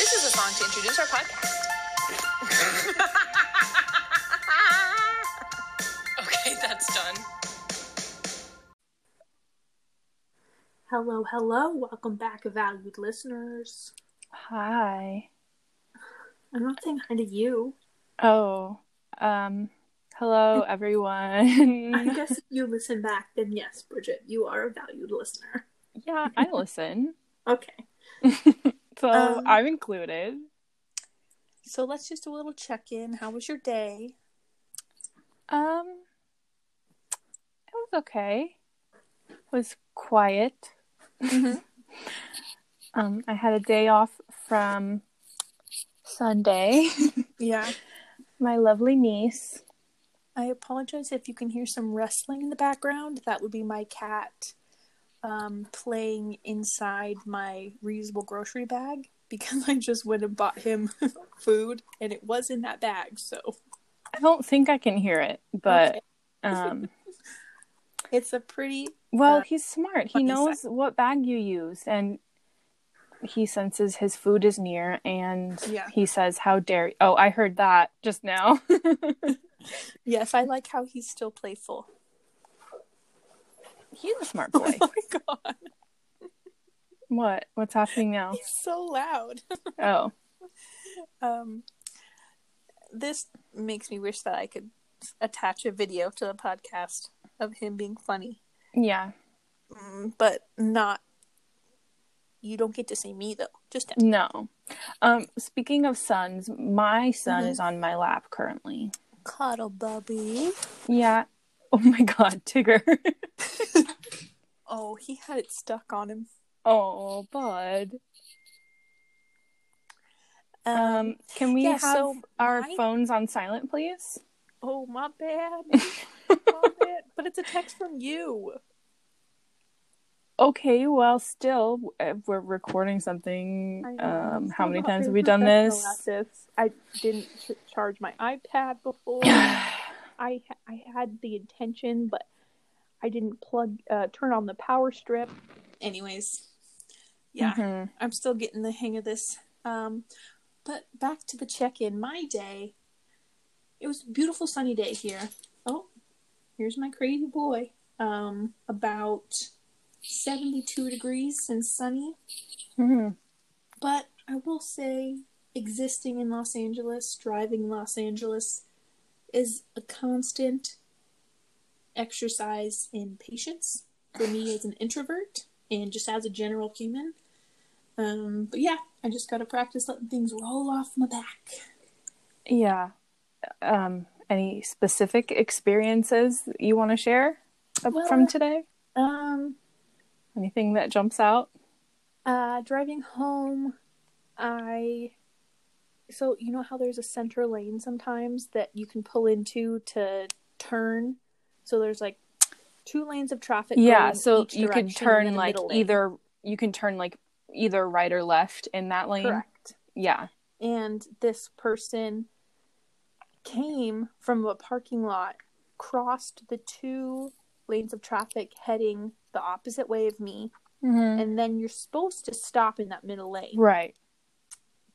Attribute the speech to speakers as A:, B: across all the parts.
A: song to introduce our podcast. okay, that's done.
B: Hello, hello. Welcome back, valued listeners.
C: Hi.
B: I'm not saying hi to you.
C: Oh, um, hello everyone.
B: I guess if you listen back, then yes, Bridget, you are a valued listener.
C: yeah, I listen.
B: Okay.
C: So
B: Um,
C: I'm included.
A: So let's just do a little check in. How was your day?
C: Um, it was okay. It was quiet.
A: Mhm.
C: um, I had a day off from Sunday.
A: Yeah.
C: My lovely niece.
A: I apologize if you can hear some rustling in the background. That would be my cat um, playing inside my reusable grocery bag because I just went and bought him food and it was in that bag. So
C: I don't think I can hear it, but
A: Okay.
C: um,
A: it's a pretty
C: well,
A: Uh,
C: he's smart. He
A: funny
C: knows what bag you use, and he senses his food is near, and
A: Yeah.
C: he says, "How dare!" You? Oh, I heard that just now.
A: yes. I like how he's still playful.
C: he's a smart boy.
A: Oh my god,
C: what? What's happening now?
A: he's so loud.
C: Oh,
A: Um, this makes me wish that I could attach a video to the podcast of him being funny.
C: yeah.
A: Mm, but not you don't get to see me though just him.
C: No. Um, speaking of sons, my son
A: Mhm.
C: is on my lap currently.
A: cuddle bubby
C: Yeah. Oh my god, Tigger.
A: oh he had it stuck on him
C: oh, bud.
A: um,
C: Um, can we
A: yeah,
C: have
A: so
C: our
A: my-
C: phones on silent, please?
A: oh my bad my bad but it's a text from you
C: Okay, well, still, uh, we're recording something.
A: I know.
C: Um, how many
A: Not
C: times have
A: very
C: we done this?
A: productive. i didn't ch- charge my ipad before i ha- i had the intention but i didn't plug uh, turn on the power strip Mm-hmm. anyways yeah
C: Mhm.
A: I'm still getting the hang of this. Um, but back to the check in. My day, it was a beautiful sunny day here. Oh, here's my crazy boy. Um, about 72 degrees and sunny.
C: Mhm.
A: But I will say, existing in Los Angeles, driving in Los Angeles, is a constant exercise in patience for me as an introvert and just as a general human. Um, but yeah, I just got to practice letting things roll off my back.
C: Yeah. Um, any specific experiences that you want to share ab-
A: Well-
C: from today?
A: Um,
C: Anything that jumps out?
A: uh, driving home, I. So, you know how there's a center lane sometimes that you can pull into to turn? So there's like two lanes of traffic.
C: yeah
A: going
C: so
A: each
C: you
A: direction,
C: can
A: and
C: turn
A: then a
C: like
A: middle lane.
C: either you can turn like either right or left in that lane
A: Correct.
C: yeah
A: and this person came from a parking lot, crossed the two lanes of traffic heading the opposite way of me,
C: Mm-hmm.
A: and then you're supposed to stop in that middle lane.
C: right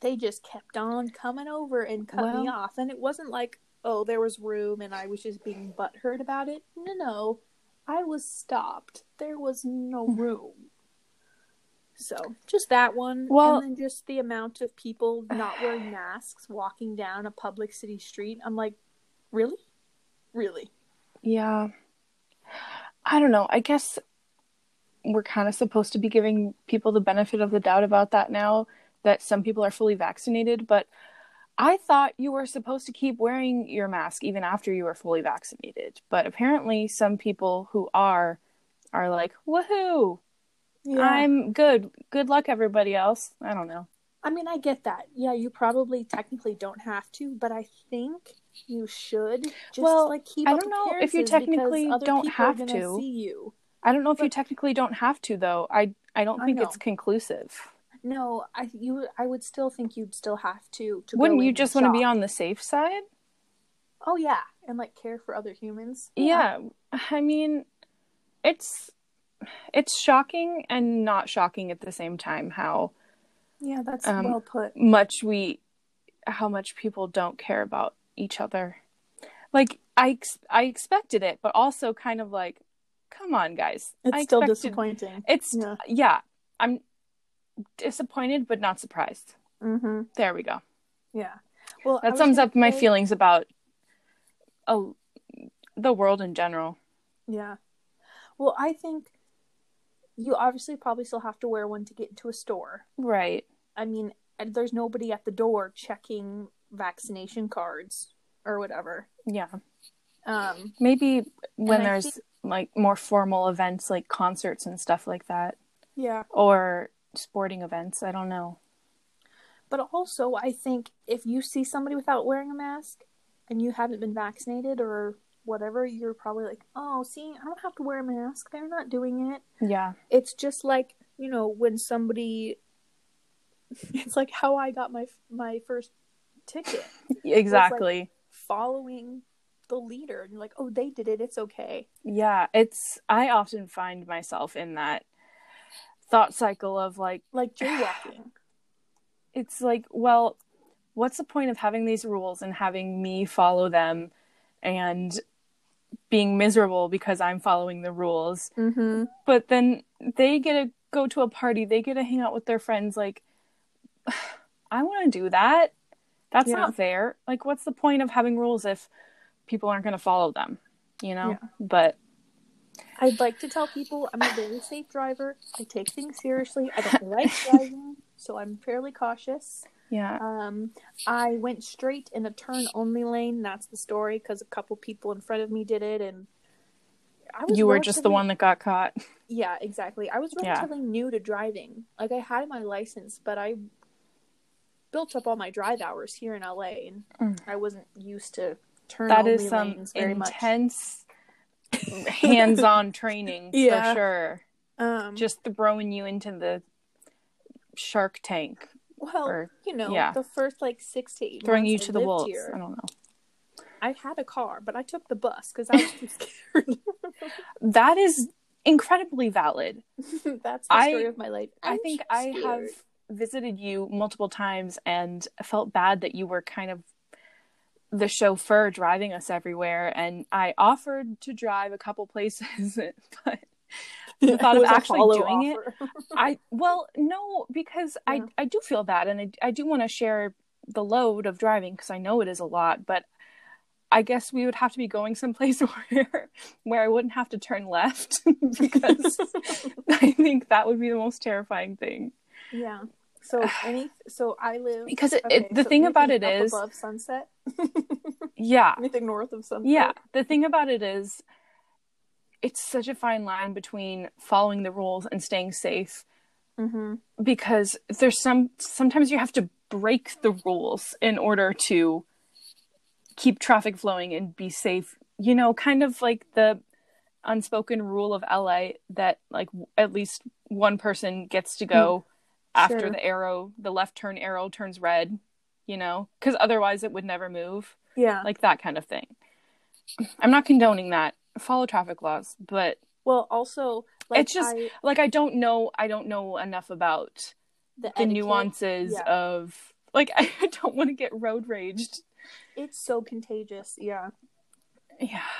A: They just kept on coming over and cut me
C: Well-
A: off, and it wasn't like, oh, there was room and I was just being butthurt about it. No, no, I was stopped. There was no
C: Hmm.
A: room. So just that one.
C: Well-
A: and then just the amount of people not wearing masks walking down a public city street. I'm like, really? Really?
C: yeah i don't know i guess we're kind of supposed to be giving people the benefit of the doubt about that now that some people are fully vaccinated but i thought you were supposed to keep wearing your mask even after you were fully vaccinated but apparently some people who are are like woohoo i'm good good luck everybody else i don't know
A: I mean, I get that. Yeah, you probably technically don't have to, but I think you should. Just
C: Well,
A: like keep
C: I
A: up
C: don't know if
A: appearances
C: you
A: because
C: technically
A: other
C: don't
A: people are
C: have
A: gonna
C: to.
A: see you.
C: I don't know if you
A: But-
C: technically don't have to though. I I don't
A: I
C: think
A: know.
C: it's conclusive.
A: No, I you I would still think you'd still have to. to go
C: Wouldn't
A: in
C: you
A: and
C: just want to be
A: shop.
C: on the safe side?
A: Oh yeah, and like care for other humans.
C: Yeah. I mean, it's it's shocking and not shocking at the same time how
A: Yeah, that's
C: Um,
A: well put.
C: much we how much people don't care about each other like i ex- i expected it but also kind of like come on guys
A: It's
C: I
A: still
C: expected-
A: disappointing.
C: it's yeah.
A: Yeah.
C: i'm disappointed but not surprised
A: Mm-hmm.
C: there we go
A: Yeah. Well, I
C: that
A: was
C: sums
A: gonna
C: up my
A: say-
C: feelings about a, the world in general
A: Yeah. Well, I think you obviously probably still have to wear one to get into a store.
C: right
A: I mean, and there's nobody at the door checking vaccination cards or whatever.
C: yeah
A: Um,
C: maybe when
A: I
C: there's like more formal events like concerts and stuff like that
A: yeah.
C: or sporting events i don't know
A: But also, I think if you see somebody without wearing a mask and you haven't been vaccinated or whatever, you're probably like, oh, see, I don't have to wear a mask. They're not doing it.
C: yeah
A: It's just like, you know, when somebody. It's like how I got my my first ticket.
C: exactly
A: following the leader and you're like oh they did it it's okay
C: Yeah, it's I often find myself in that thought cycle of like
A: like jaywalking
C: it's like, well, what's the point of having these rules and having me follow them and being miserable because I'm following the rules?
A: mm-hmm
C: But then they get to go to a party, they get to hang out with their friends like I want to do that. That's
A: Yeah.
C: not fair. Like what's the point of having rules if people aren't going to follow them, you know?
A: Yeah.
C: But
A: i'd like to tell people i'm a very safe driver i take things seriously i don't like driving so i'm fairly cautious
C: yeah,
A: um i went straight in a turn only lane that's the story because a couple people in front of me did it and I was
C: you were just the
A: relatively-
C: one that got caught.
A: Yeah, exactly. I was
C: Yeah.
A: relatively new to driving. Like I had my license, but I built up all my drive hours here in LA, and
C: Mm.
A: I wasn't used to turn
C: that
A: only
C: is some
A: lanes very much.
C: intense hands-on training
A: Yeah.
C: for sure
A: Um,
C: just throwing you into the shark tank
A: well,
C: or-
A: you know,
C: yeah.
A: the first like six to eight
C: throwing
A: months I
C: you to the
A: lived
C: wolves
A: here,
C: i don't know
A: I had a car, but I took the bus because I was too scared.
C: that is incredibly valid
A: That's the
C: I-
A: story of my life.
C: i
A: I'm
C: think
A: too
C: i have
A: scared.
C: visited you multiple times and felt bad that you were kind of the chauffeur driving us everywhere and i offered to drive a couple places but the
A: It
C: thought of
A: was a
C: actually
A: hollow
C: doing it
A: offer.
C: I well, no, because I
A: Yeah.
C: I do feel that, and I I do want to share the load of driving because I know it is a lot, but I guess we would have to be going someplace where where I wouldn't have to turn left because I think that would be the most terrifying thing.
A: Yeah. So any so I live
C: Because it,
A: okay,
C: it the
A: so
C: thing about it
A: anything up
C: is,
A: above sunset.
C: yeah,
A: anything north of sunset.
C: yeah, the thing about it is, it's such a fine line between following the rules and staying safe
A: Mm-hmm.
C: because there's some sometimes you have to break the rules in order to keep traffic flowing and be safe you know kind of like the unspoken rule of LA that like w- at least one person gets to go after
A: Sure.
C: the arrow the left turn arrow turns red you know cuz otherwise it would never move
A: Yeah.
C: like that kind of thing i'm not condoning that follow traffic laws but
A: Well, also, like
C: It's just
A: I,
C: like i don't know i don't know enough about
A: the,
C: the
A: etiquette,
C: nuances
A: yeah.
C: of like I don't want to get road raged.
A: It's so contagious. Yeah.
C: Yeah.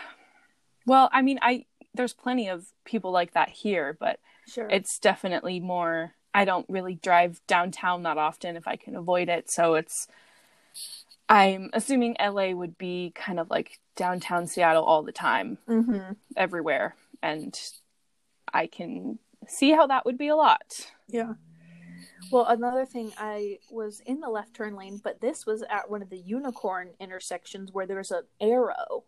C: Well, I mean, I there's plenty of people like that here, but
A: Sure.
C: it's definitely more I don't really drive downtown that often if I can avoid it, so it's I'm assuming LA would be kind of like downtown Seattle all the time,
A: mm-hmm.
C: everywhere, and I can see how that would be a lot.
A: Yeah. Well, another thing, I was in the left turn lane, but this was at one of the unicorn intersections where there's an arrow.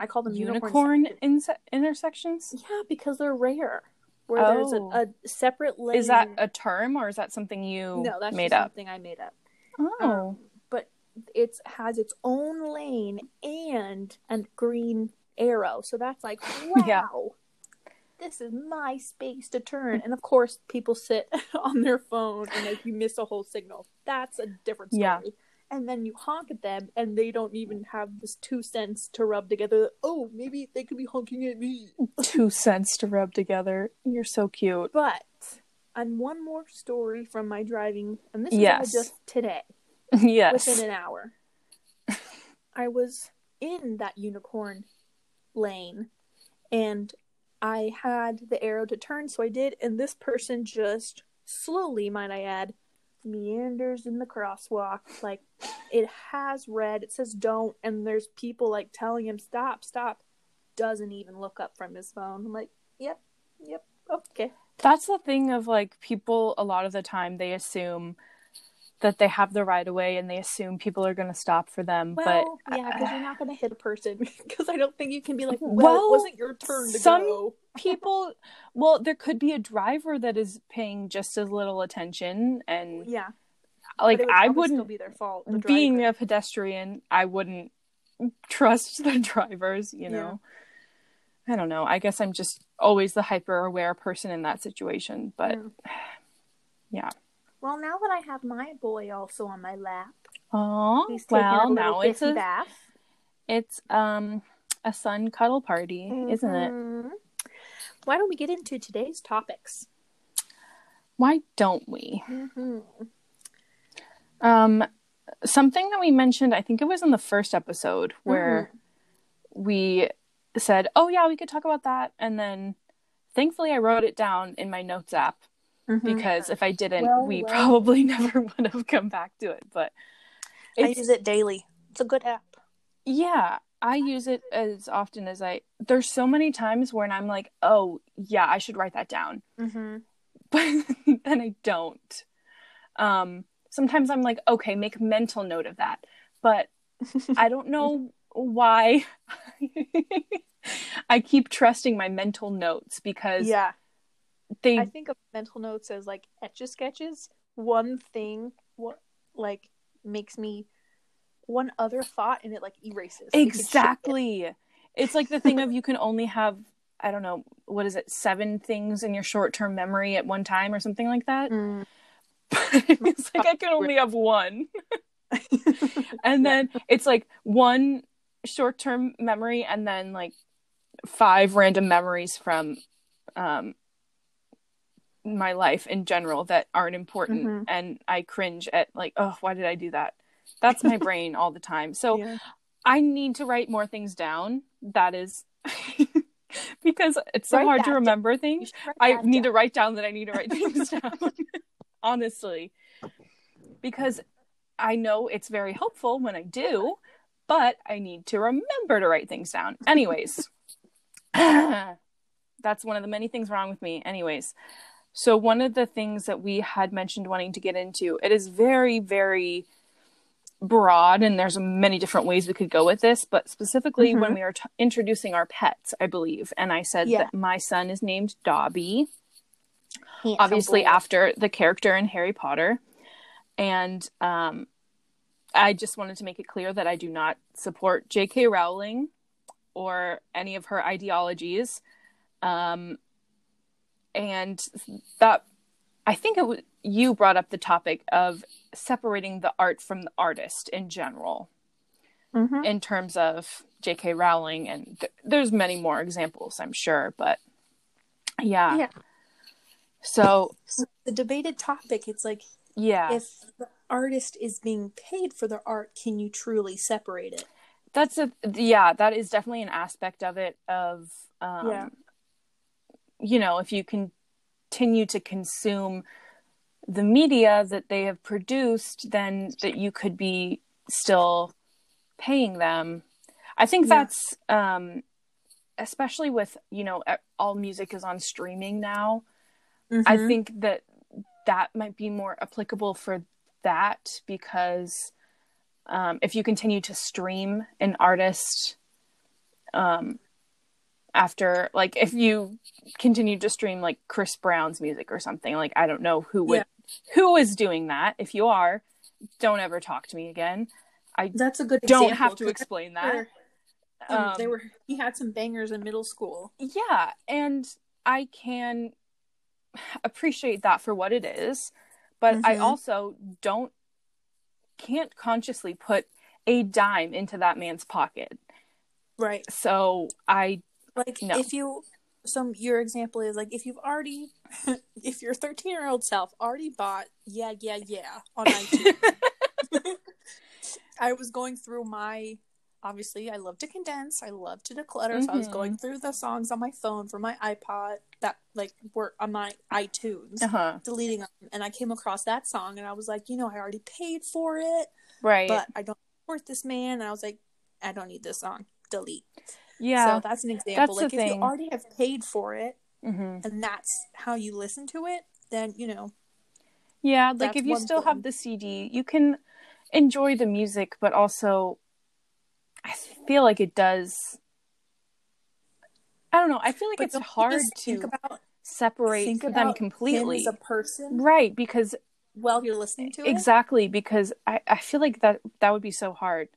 A: I call them
C: Unicorn
A: unicorn
C: inse- intersections?
A: sections. Yeah, because they're rare. Where there's
C: Oh.
A: a, a separate lane.
C: Is that a term or is that something you
A: no? That's
C: made
A: just
C: up?
A: something I made up.
C: Oh,
A: but it has its own lane and a green arrow. So that's like, wow,
C: Yeah.
A: this is my space to turn. And of course, people sit on their phone and like you miss a whole signal. That's a different story.
C: Yeah.
A: And then you honk at them, and they don't even have this two cents to rub together. Oh, maybe
C: Mm.
A: they could be honking at me.
C: two cents to rub together. You're so cute.
A: But and one more story from my driving, and this is
C: Yes.
A: all just today,
C: yes.
A: within an hour. I was in that unicorn lane, and I had the arrow to turn, so I did, and this person just slowly, might I add, meanders in the crosswalk. Like it has red, it says don't, and there's people like telling him stop, stop. Doesn't even look up from his phone. I'm like, yep, yep, okay.
C: That's the thing of like people a lot of the time they assume that they have the right of way and they assume people are going to stop for them,
A: Well,
C: but
A: yeah, because you're not going to hit a person because I don't think you can be like, well,
C: Well,
A: it wasn't your turn to
C: some-
A: go.
C: people well, there could be a driver that is paying just as little attention and
A: Yeah,
C: like
A: but it would
C: I
A: probably still
C: wouldn't
A: be their fault. the
C: being
A: driver.
C: a pedestrian, I wouldn't trust the drivers, you know. I don't know. I guess I'm just always the hyper aware person in that situation, but
A: Yeah.
C: yeah.
A: well, now that I have my boy also on my lap,
C: Oh,
A: he's taking
C: well,
A: a
C: now
A: little
C: it's
A: biffy
C: a
A: bath.
C: It's um a sun cuddle party, isn't it?
A: Mhm. Why don't we get into today's topics?
C: Why don't we?
A: Mm-hmm.
C: Um something that we mentioned, I think it was in the first episode where
A: Mm.
C: we said, "Oh yeah, we could talk about that." And then thankfully I wrote it down in my notes app because if I didn't,
A: Mm-hmm. Well,
C: we
A: well.
C: probably never would have come back to it, but
A: I
C: it's-
A: use it daily. It's a good app.
C: Yeah, I use it as often as I. There's so many times when I'm like, oh, yeah, I should write that down,
A: Mm-hmm.
C: but then I don't. Um, sometimes I'm like, okay, make mental note of that, but I don't know why I keep trusting my mental notes because
A: Yeah,
C: they
A: I think of mental notes as like etch a sketches. One thing, what like makes me one other thought, and it like erases You can shift it.
C: Exactly. It's like the thing of you can only have I don't know what is it seven things in your short term memory at one time or something like that.
A: Mm.
C: it's like I can only have one, and then it's like one short term memory and then like five random memories from um my life in general that aren't important
A: Mhm.
C: and I cringe at like oh why did I do that? That's my brain all the time. So
A: Yeah.
C: I need to write more things down. That is because it's so
A: Write
C: hard
A: that
C: to
A: down.
C: remember
A: You
C: things.
A: should write
C: I
A: that
C: need to
A: down.
C: write down that I need to write things down. Honestly. Because I know it's very helpful when I do, but I need to remember to write things down. Anyways. that's one of the many things wrong with me. Anyways. So one of the things that we had mentioned wanting to get into, it is very very broad and there's many different ways we could go with this but specifically
A: Mm-hmm.
C: when we are t- introducing our pets i believe and i said
A: Yeah.
C: that my son is named dobby
A: Handsome
C: obviously
A: boy.
C: after the character in harry potter and um, i just wanted to make it clear that i do not support jk rowling or any of her ideologies um, and that i think it was you brought up the topic of separating the art from the artist in general
A: Mhm.
C: in terms of J.K. Rowling, and th- there's many more examples, I'm sure, but yeah.
A: Yeah.
C: So
A: the debated topic. It's like
C: yeah,
A: if the artist is being paid for their art, can you truly separate it?
C: that's a yeah, that is definitely an aspect of it. Of um,
A: Yeah.
C: you know, if you continue to consume the media that they have produced, then that you could be still paying them. I think
A: Yeah.
C: that's um, especially with you know, e- all music is on streaming now. I
A: Mm-hmm.
C: think that that might be more applicable for that because um, if you continue to stream an artist um, after, like, if you continue to stream like Chris Brown's music or something, like, I don't know who would who is doing that. If you are, don't ever talk to me again.
A: that's a good.
C: Don't
A: example,
C: have to
A: 'cause
C: explain
A: I
C: that.
A: remember, um,
C: Um,
A: they were. He had some bangers in middle school.
C: yeah and i can appreciate that for what it is but i
A: Mhm.
C: also don't can't consciously put a dime into that man's pocket
A: Right.
C: so i
A: Like
C: No.
A: if you some your example is like if you've already if your 13 year old self already bought yeah yeah yeah on iTunes. I was going through my obviously I love to condense, I love to declutter, so I was
C: Mhm.
A: going through the songs on my phone for my iPod that like were on my iTunes.
C: Uh-huh.
A: Deleting them, and I came across that song, and I was like, you know, I already paid for it,
C: Right.
A: but I don't support this man. And I was like, I don't need this song. Delete.
C: yeah.
A: So that's an example.
C: That's
A: like
C: the
A: if
C: thing.
A: you already have paid for it,
C: hmm
A: and that's how you listen to it, then you know,
C: Yeah, like
A: That's
C: if you
A: one
C: still
A: thing.
C: have the CD, you can enjoy the music, but also I feel like it does I don't know. I feel like
A: but
C: it's
A: don't you
C: hard
A: just
C: to
A: think about
C: separate
A: think
C: them
A: about
C: completely.
A: him as a person
C: right, because
A: while you're listening to it.
C: exactly because I, I feel like that that would be so hard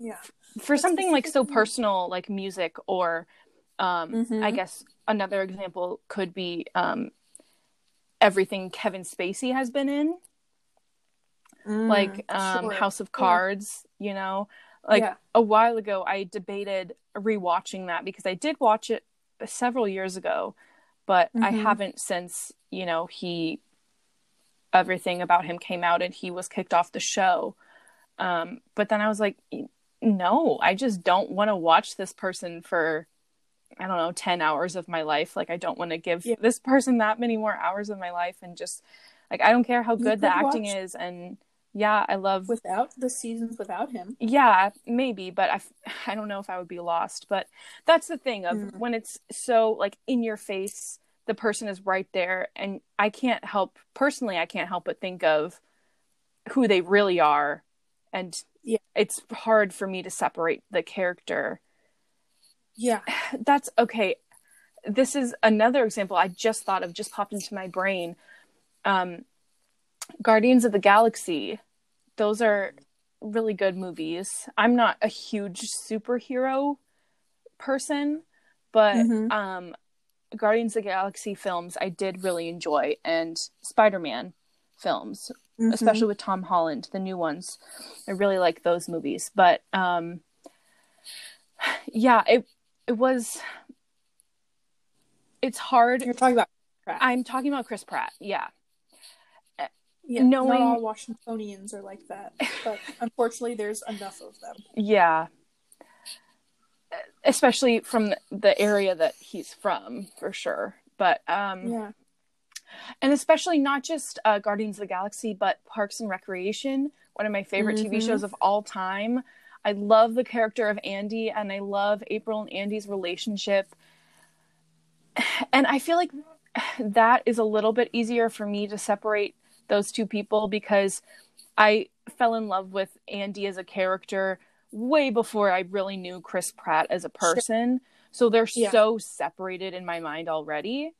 A: Yeah.
C: for
A: That's
C: something like so
A: specifically-
C: personal like music or um
A: Mhm.
C: i guess another example could be um everything kevin spacey has been in like um
A: Mm, sure.
C: house of cards you know like
A: Yeah.
C: a while ago i debated rewatching that because i did watch it several years ago but i
A: Mhm.
C: haven't since you know he everything about him came out and he was kicked off the show um but then i was like no i just don't want to watch this person for i don't know 10 hours of my life like i don't want to give
A: Yeah.
C: this person that many more hours of my life and just like i don't care how
A: You
C: good the
A: could
C: acting
A: watch-
C: is and yeah i love
A: without the seasons without him.
C: yeah maybe but I, f- I don't know if i would be lost but that's the thing of
A: Mm.
C: when it's so like in your face the person is right there and i can't help personally i can't help but think of who they really are and
A: Yeah.
C: it's hard for me to separate the character
A: Yeah.
C: that's okay this is another example i just thought of just popped into my brain um guardians of the galaxy those are really good movies i'm not a huge superhero person but
A: Mhm.
C: um guardians of the galaxy films i did really enjoy and spider-man films
A: Mhm.
C: especially with Tom Holland, the new ones. I really like those movies. But um yeah, it it was it's hard.
A: you're talking about
C: I'm talking about Chris Pratt. Yeah.
A: yeah,
C: knowing-
A: not all Washingtonians are like that, but unfortunately, there's enough of them.
C: Yeah. Especially from the area that he's from, for sure. But um
A: Yeah.
C: and especially not just uh, Guardians of the Galaxy, but Parks and Recreation, one of my favorite TV
A: Mhm.
C: shows of all time. I love the character of Andy, and I love April and Andy's relationship. And I feel like that is a little bit easier for me to separate those two people because I fell in love with Andy as a character way before I really knew Chris Pratt as a person. So they're
A: Yeah.
C: so separated in my mind already.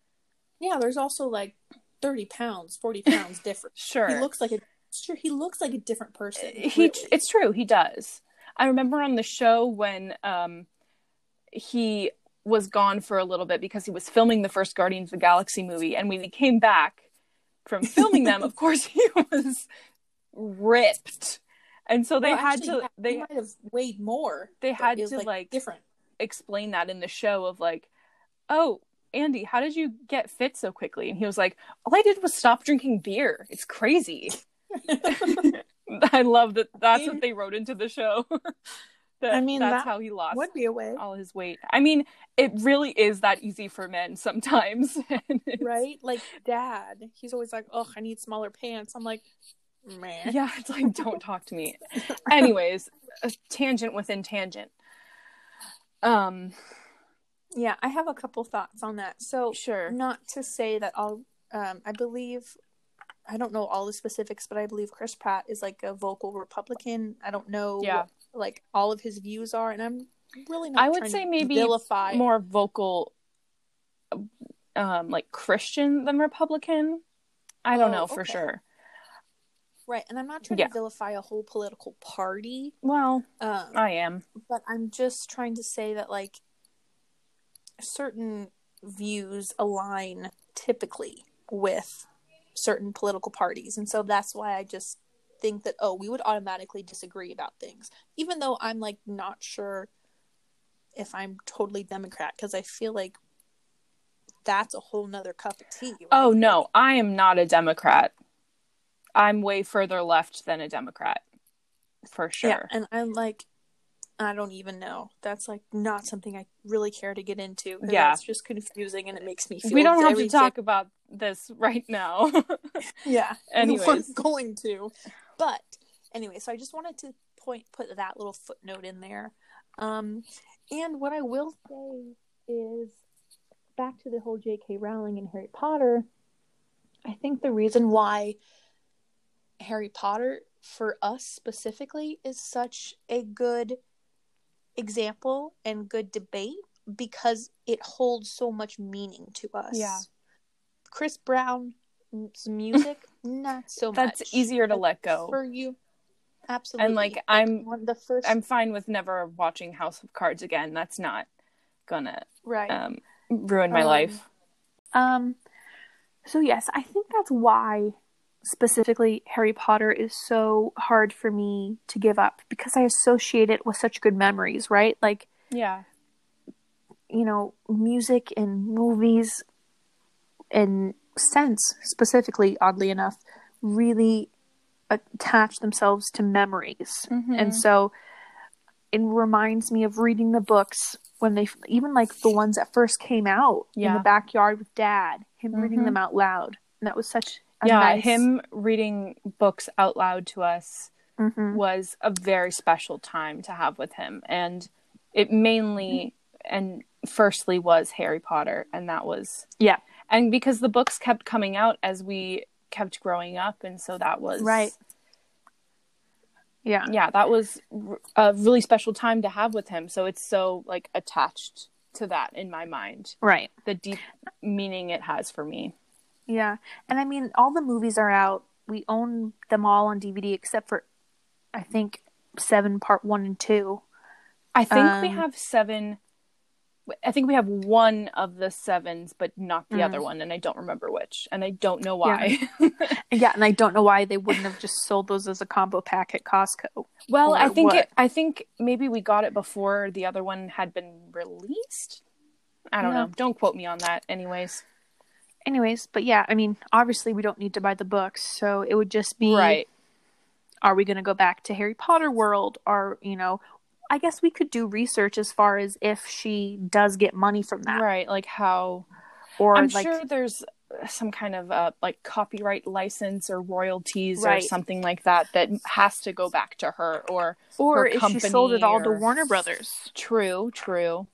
A: Yeah, there's also like 30 pounds, 40 pounds different.
C: Sure.
A: He looks like a sure he looks like a different person.
C: he
A: really.
C: it's true he does i remember on the show when um he was gone for a little bit because he was filming the first guardians of the galaxy movie and when he came back from filming them of course he was ripped and so they
A: Well,
C: had
A: actually,
C: to
A: yeah, he
C: they
A: might have weighed more.
C: they
A: but
C: had
A: it was,
C: to, like-
A: different.
C: explain that in the show of like oh andy how did you get fit so quickly and he was like all i did was stop drinking beer it's crazy I love that. That's what they wrote into the show. that,
A: I mean,
C: that's
A: that
C: how he lost
A: Would be a way,
C: all his weight. I mean, it really is that easy for men sometimes. And it's-
A: right? Like dad, he's always like, "Oh, I need smaller pants." I'm like, man.
C: Yeah, it's like don't talk to me. Anyways, a tangent within tangent. Um,
A: Yeah, I have a couple thoughts on that. So,
C: sure.
A: not to say that all, um, I believe, I don't know all the specifics, but I believe Chris Pratt is like a vocal Republican. I don't know,
C: Yeah.
A: what, like all of his views are, and I'm really not.
C: I would
A: trying
C: say
A: to
C: maybe
A: vilify.
C: More vocal um like Christian than Republican. I don't
A: Oh,
C: know for
A: okay.
C: sure.
A: Right, and I'm not trying
C: Yeah.
A: to vilify a whole political party,
C: Well,
A: um,
C: I am.
A: but I'm just trying to say that like certain views align typically with certain political parties, and so that's why I just think that oh, we would automatically disagree about things, even though I'm like not sure if I'm totally Democrat because I feel like that's a whole nother cup of tea. right?
C: Oh no, I am not a Democrat. I'm way further left than a Democrat, for sure.
A: Yeah, and I'm like, I don't even know. That's like not something I really care to get into. 'cause
C: Yeah.
A: it's just confusing, and it makes me feel.
C: we don't have
A: very
C: to talk about this right now.
A: Yeah.
C: Anyways.
A: We're going to. But anyway, so I just wanted to point put that little footnote in there. Um and what I will say is back to the whole JK Rowling and Harry Potter, I think the reason why Harry Potter for us specifically is such a good example and good debate because it holds so much meaning to us.
C: Yeah.
A: Chris Brown's music, not so much.
C: That's easier to
A: But
C: let go.
A: for you. Absolutely.
C: and like I'm
A: one of the 1st
C: I'm fine with never watching House of Cards again. That's not gonna
A: right.
C: um ruin my
A: Um,
C: life.
A: Um, so yes, I think that's why specifically Harry Potter is so hard for me to give up because I associate it with such good memories, right? Like,
C: Yeah.
A: you know, music and movies and scents specifically, oddly enough, really attach themselves to memories.
C: Mm-hmm.
A: and so it reminds me of reading the books when they even like the ones that first came out in
C: Yeah.
A: the backyard with dad him reading
C: Mhm.
A: them out loud and that was such a
C: yeah,
A: nice,
C: him reading books out loud to us
A: Mhm.
C: was a very special time to have with him and it mainly and firstly was harry potter and that was
A: Yeah.
C: and because the books kept coming out as we kept growing up and so that was
A: Right. yeah
C: yeah that was r- a really special time to have with him so it's so like attached to that in my mind
A: right
C: the deep meaning it has for me
A: yeah and i mean all the movies are out we own them all on dvd except for i think seven part one and two
C: i think we
A: Um,
C: have seven i think we have one of the sevens but not the
A: Mhm.
C: other one and i don't remember which and i don't know why
A: yeah and i don't know why they wouldn't have just sold those as a combo pack at costco
C: Well,
A: or
C: I think
A: what?
C: it, I think maybe we got it before the other one had been released. I don't
A: Yeah.
C: know. Don't quote me on that. Anyways,
A: anyways but yeah i mean obviously we don't need to buy the books so it would just be
C: right?
A: are we going to go back to Harry Potter world? Or, you know, I guess we could do research as far as if she does get money from that.
C: Right? Like how?
A: Or,
C: I'm
A: like,
C: sure there's some kind of uh, like copyright license or royalties or
A: Right.
C: something like that that has to go back to her. Or
A: or
C: her
A: if she sold it all to
C: company or-
A: Warner Brothers
C: true, true.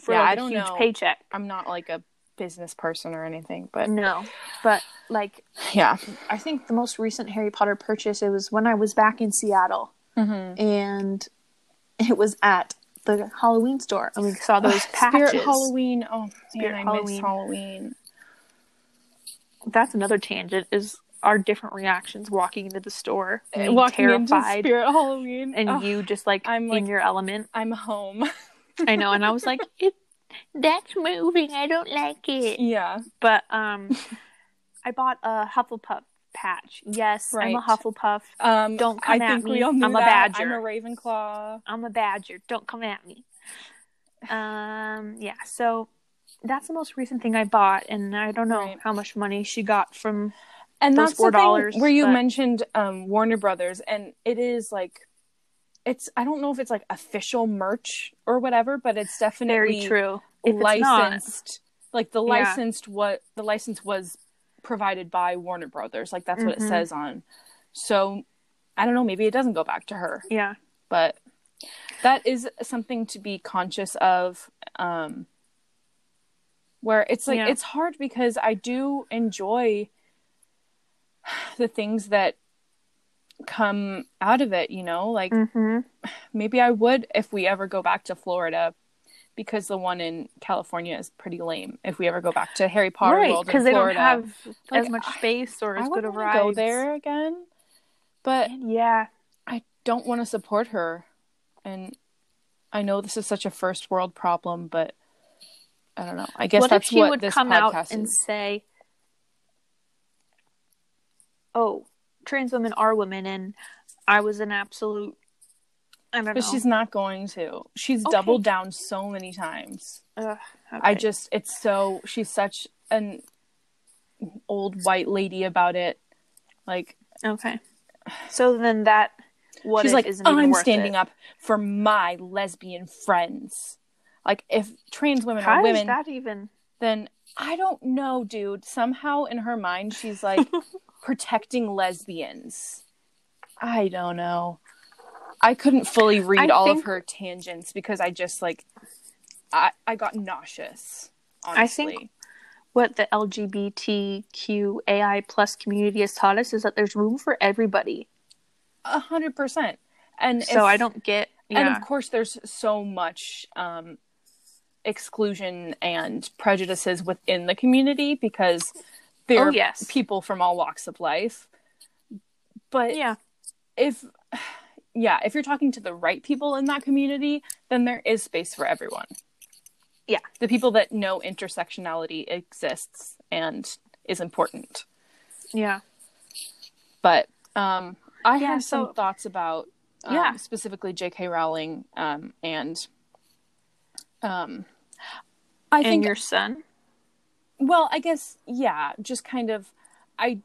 A: for
C: Yeah,
A: like,
C: I
A: a
C: don't
A: huge
C: know.
A: paycheck.
C: I'm not like a business person or anything, but
A: No. But, like,
C: yeah.
A: I think the most recent Harry Potter purchase, it was when I was back in Seattle
C: Mm-hmm.
A: and it was at the Halloween store and we saw those patches.
C: Spirit Halloween. Oh
A: Spirit
C: man, I miss
A: Halloween.
C: Halloween.
A: That's another tangent is our different reactions walking into the store, me
C: walking into
A: terrified,
C: Spirit Halloween,
A: and
C: Ugh,
A: you just like
C: Oh, I'm,
A: in
C: like-
A: your element.
C: I'm home.
A: I know, and I was like, it, "That's moving. I don't like it."
C: yeah,
A: But um, I bought a Hufflepuff patch. Yes, I'm a
C: Right.
A: Hufflepuff.
C: um,
A: Don't come
C: I
A: at
C: think
A: me.
C: we all knew
A: I'm a
C: that.
A: badger.
C: I'm a Ravenclaw.
A: I'm a Badger. Don't come at me. Um, yeah. So that's the most recent thing I bought, and I don't know
C: Right.
A: how much money she got from.
C: And
A: Those
C: that's the
A: $4,
C: thing where you
A: but-
C: mentioned um, Warner Brothers, and it is like, it's I don't know if it's like official merch or whatever, but it's
A: Very
C: definitely
A: true. If it's not,
C: licensed. Like the
A: Yeah.
C: licensed what the license was provided by Warner Brothers. Like that's what it
A: Mhm.
C: says on. So I don't know. Maybe it doesn't go back to her.
A: yeah,
C: but that is something to be conscious of um where it's like
A: Yeah.
C: it's hard because i do enjoy the things that come out of it you know like
A: mm-hmm.
C: maybe i would if we ever go back to florida because the one in california is pretty lame if we ever go back to harry potter
A: right?
C: world in
A: Because they don't
C: florida
A: have
C: Like,
A: as much
C: I-
A: space or as
C: i
A: good
C: would
A: of
C: want to go
A: rides.
C: there again but
A: Yeah,
C: I don't want to support her. And I know this is such a first world problem, but I don't know. I guess
A: what if
C: that's
A: she
C: what
A: would
C: this
A: come
C: podcast
A: out and
C: is.
A: say, "Oh, trans women are women, and I was an absolute I don't
C: But
A: know.
C: she's not going to. She's
A: Okay.
C: doubled down so many times.
A: Ugh,
C: I
A: okay.
C: just, it's so, she's such an old white lady about it. Like,
A: okay. So then that what
C: she's
A: if
C: like,
A: isn't even
C: I'm
A: worth
C: standing
A: it.
C: up for my lesbian friends. Like, if trans women
A: How
C: are
A: does
C: women,
A: that even?
C: then I don't know, dude. Somehow in her mind, she's like protecting lesbians. I don't know. I couldn't fully read
A: I
C: all of
A: think-
C: her tangents because I just like, I I got nauseous. Honestly.
A: I think- What the LGBTQAI plus community has taught us is that there's room for everybody.
C: a hundred percent. And
A: So
C: if-
A: I don't get. Yeah.
C: And of course, there's so much um, exclusion and prejudices within the community because there
A: Oh,
C: are
A: yes.
C: people from all walks of life. But
A: yeah.
C: if yeah if you're talking to the right people in that community then there is space for everyone
A: Yeah.
C: the people that know intersectionality exists and is important
A: Yeah.
C: but um i
A: Yeah,
C: have some
A: so-
C: thoughts about um,
A: Yeah.
C: specifically jk rowling um and um i
A: and
C: think
A: your son.
C: well i guess yeah just kind of i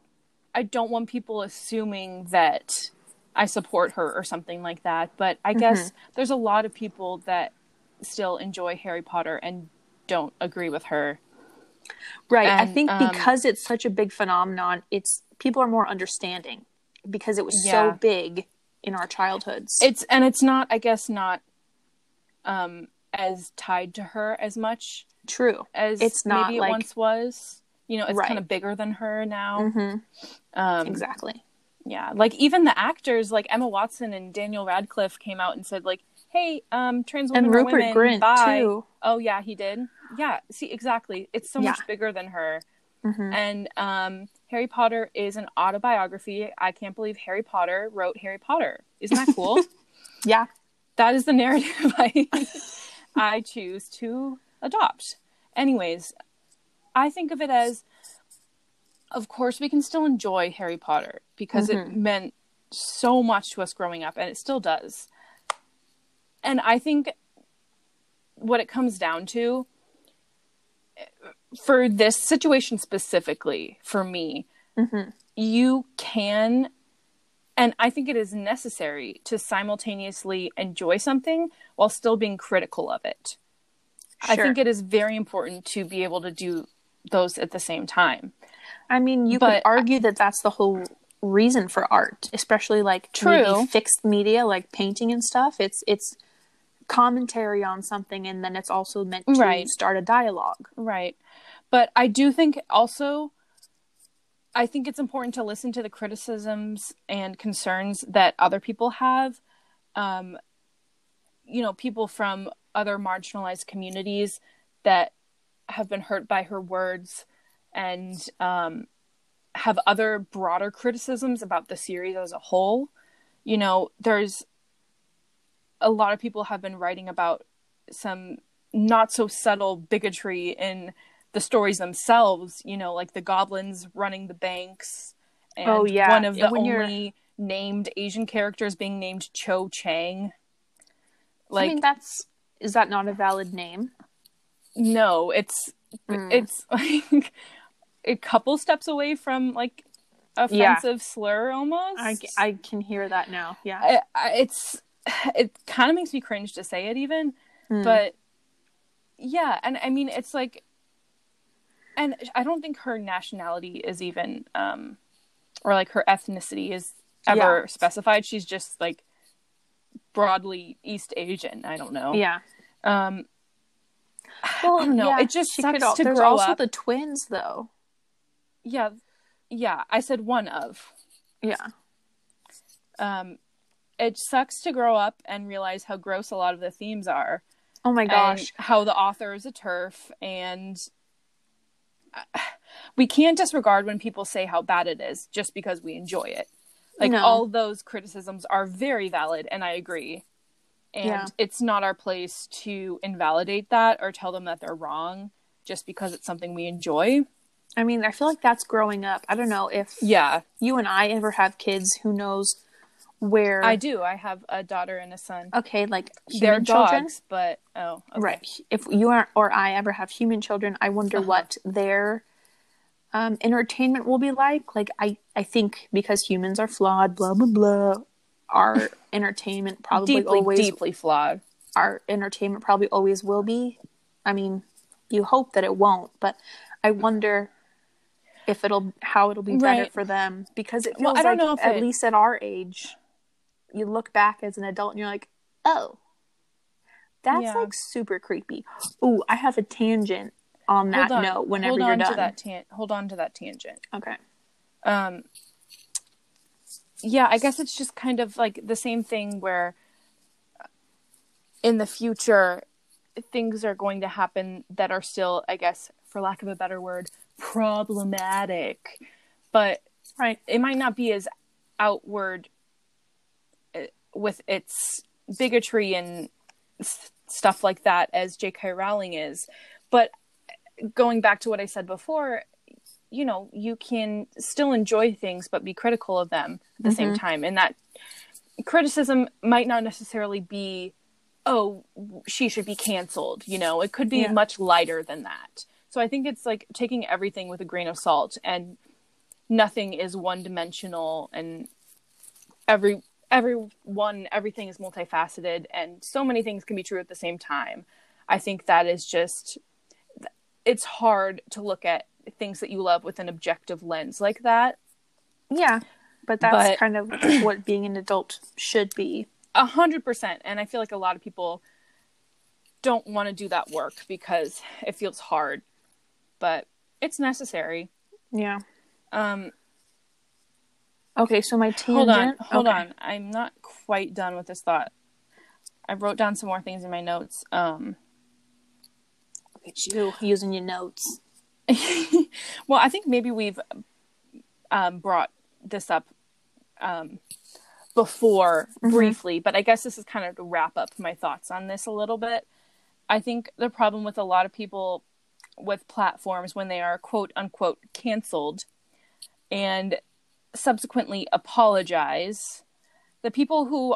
C: i don't want people assuming that i support her or something like that but i guess there's a lot of people that still enjoy harry potter and don't agree with her
A: Right. I
C: And,
A: think
C: um,
A: because it's such a big phenomenon, it's people are more understanding because it was
C: Yeah.
A: so big in our childhoods.
C: it's and it's not i guess not um as tied to her as much
A: true.
C: as
A: It's not
C: maybe it
A: like-
C: once was you know it's
A: Right.
C: kind of bigger than her now
A: Mm-hmm.
C: um
A: Exactly.
C: Yeah, like even the actors, like Emma Watson and Daniel Radcliffe, came out and said, like, "Hey, um, trans women
A: And
C: are
A: Rupert
C: women,
A: Grint
C: bye."
A: too.
C: Oh yeah, he did. Yeah, see, exactly. It's so much bigger than her.
A: Mhm.
C: And um, Harry Potter is an autobiography. I can't believe Harry Potter wrote Harry Potter. Isn't that cool?
A: Yeah.
C: that is the narrative I I choose to adopt. Anyways, I think of it as of course we can still enjoy Harry Potter because it meant so much to us growing up and it still does. And I think what it comes down to for this situation specifically for me you can and I think it is necessary to simultaneously enjoy something while still being critical of it. I
A: Sure.
C: think it is very important to be able to do those at the same time.
A: I mean, you could
C: But-
A: argue that that's the whole reason for art, especially like
C: True.
A: maybe fixed media, like painting and stuff. It's it's commentary on something, and then it's also meant to
C: Right.
A: start a dialogue.
C: Right. But I do think also I think it's important to listen to the criticisms and concerns that other people have. Um, you know, people from other marginalized communities that have been hurt by her words and um, have other broader criticisms about the series as a whole. You know, there's a lot of people have been writing about some not so subtle bigotry in the stories themselves, you know, like the goblins running the banks and
A: Oh, yeah.
C: one of the
A: When you're-
C: only named Asian characters being named Cho Chang.
A: I
C: Like
A: mean, that's is that not a valid name?
C: no, it's
A: Mm.
C: it's like a couple steps away from like
A: Yeah.
C: offensive slur almost.
A: I, I can hear that now. Yeah.
C: I, I- it's it kind of makes me cringe to say it even
A: Mm.
C: but yeah and i mean it's like and i don't think her nationality is even um or like her ethnicity is ever
A: Yeah.
C: specified she's just like broadly east asian i don't know
A: yeah.
C: um
A: Well,
C: don't know. It just
A: she
C: sucks
A: al-
C: to
A: There's
C: grow
A: also
C: up-
A: the twins, though.
C: yeah yeah i said one of
A: Yeah.
C: um it sucks to grow up and realize how gross a lot of the themes are
A: Oh my
C: and
A: gosh.
C: how the author is a turf and uh, we can't disregard when people say how bad it is just because we enjoy it like
A: No.
C: all those criticisms are very valid and i agree and
A: Yeah.
C: it's not our place to invalidate that or tell them that they're wrong just because it's something we enjoy
A: I mean, I feel like that's growing up. I don't know if
C: yeah
A: you and I ever have kids who knows where
C: I do. I have a daughter and a son.
A: okay, like
C: They're
A: Oh, human children,
C: dogs, but oh, okay.
A: right? If you are, or I ever have human children, I wonder
C: Uh-huh.
A: what their um, entertainment will be like. Like I, I think because humans are flawed, blah blah blah. Our entertainment probably
C: deeply,
A: always
C: deeply flawed.
A: our entertainment probably always will be. I mean, you hope that it won't, but I wonder if it'll how it'll be better
C: Right.
A: for them because it feels
C: Well, I
A: like
C: don't know if
A: at
C: it-
A: least at our age, you look back as an adult and you're like, oh, that's
C: Yeah.
A: like super creepy. Ooh, I have a tangent on that
C: hold on.
A: note. Whenever
C: hold
A: you're
C: on
A: done,
C: to that tan- hold on to that tangent.
A: okay,
C: um yeah i guess it's just kind of like the same thing where in the future things are going to happen that are still i guess for lack of a better word problematic but
A: right,
C: it might not be as outward uh, with its bigotry and s- stuff like that as J.K. Rowling is. But going back to what I said before, you know, you can still enjoy things but be critical of them at the same time. And that criticism might not necessarily be, oh, she should be canceled. You know, it could be
A: Yeah.
C: much lighter than that. So I think it's like taking everything with a grain of salt and nothing is one dimensional and every everyone everything is multifaceted and so many things can be true at the same time i think that is just it's hard to look at things that you love with an objective lens like that
A: yeah. But that's
C: But-
A: kind of what being an adult should be.
C: a hundred percent and i feel like a lot of people don't want to do that work because it feels hard but it's necessary
A: Yeah.
C: um
A: Okay, so my tangent.
C: hold on hold
A: okay.
C: on i'm not quite done with this thought i wrote down some more things in my notes um
A: Look at you using your notes.
C: well, I think maybe we've um, brought this up um, before briefly, but I guess this is kind of to wrap up my thoughts on this a little bit. I think the problem with a lot of people with platforms when they are quote unquote canceled and subsequently apologize, the people who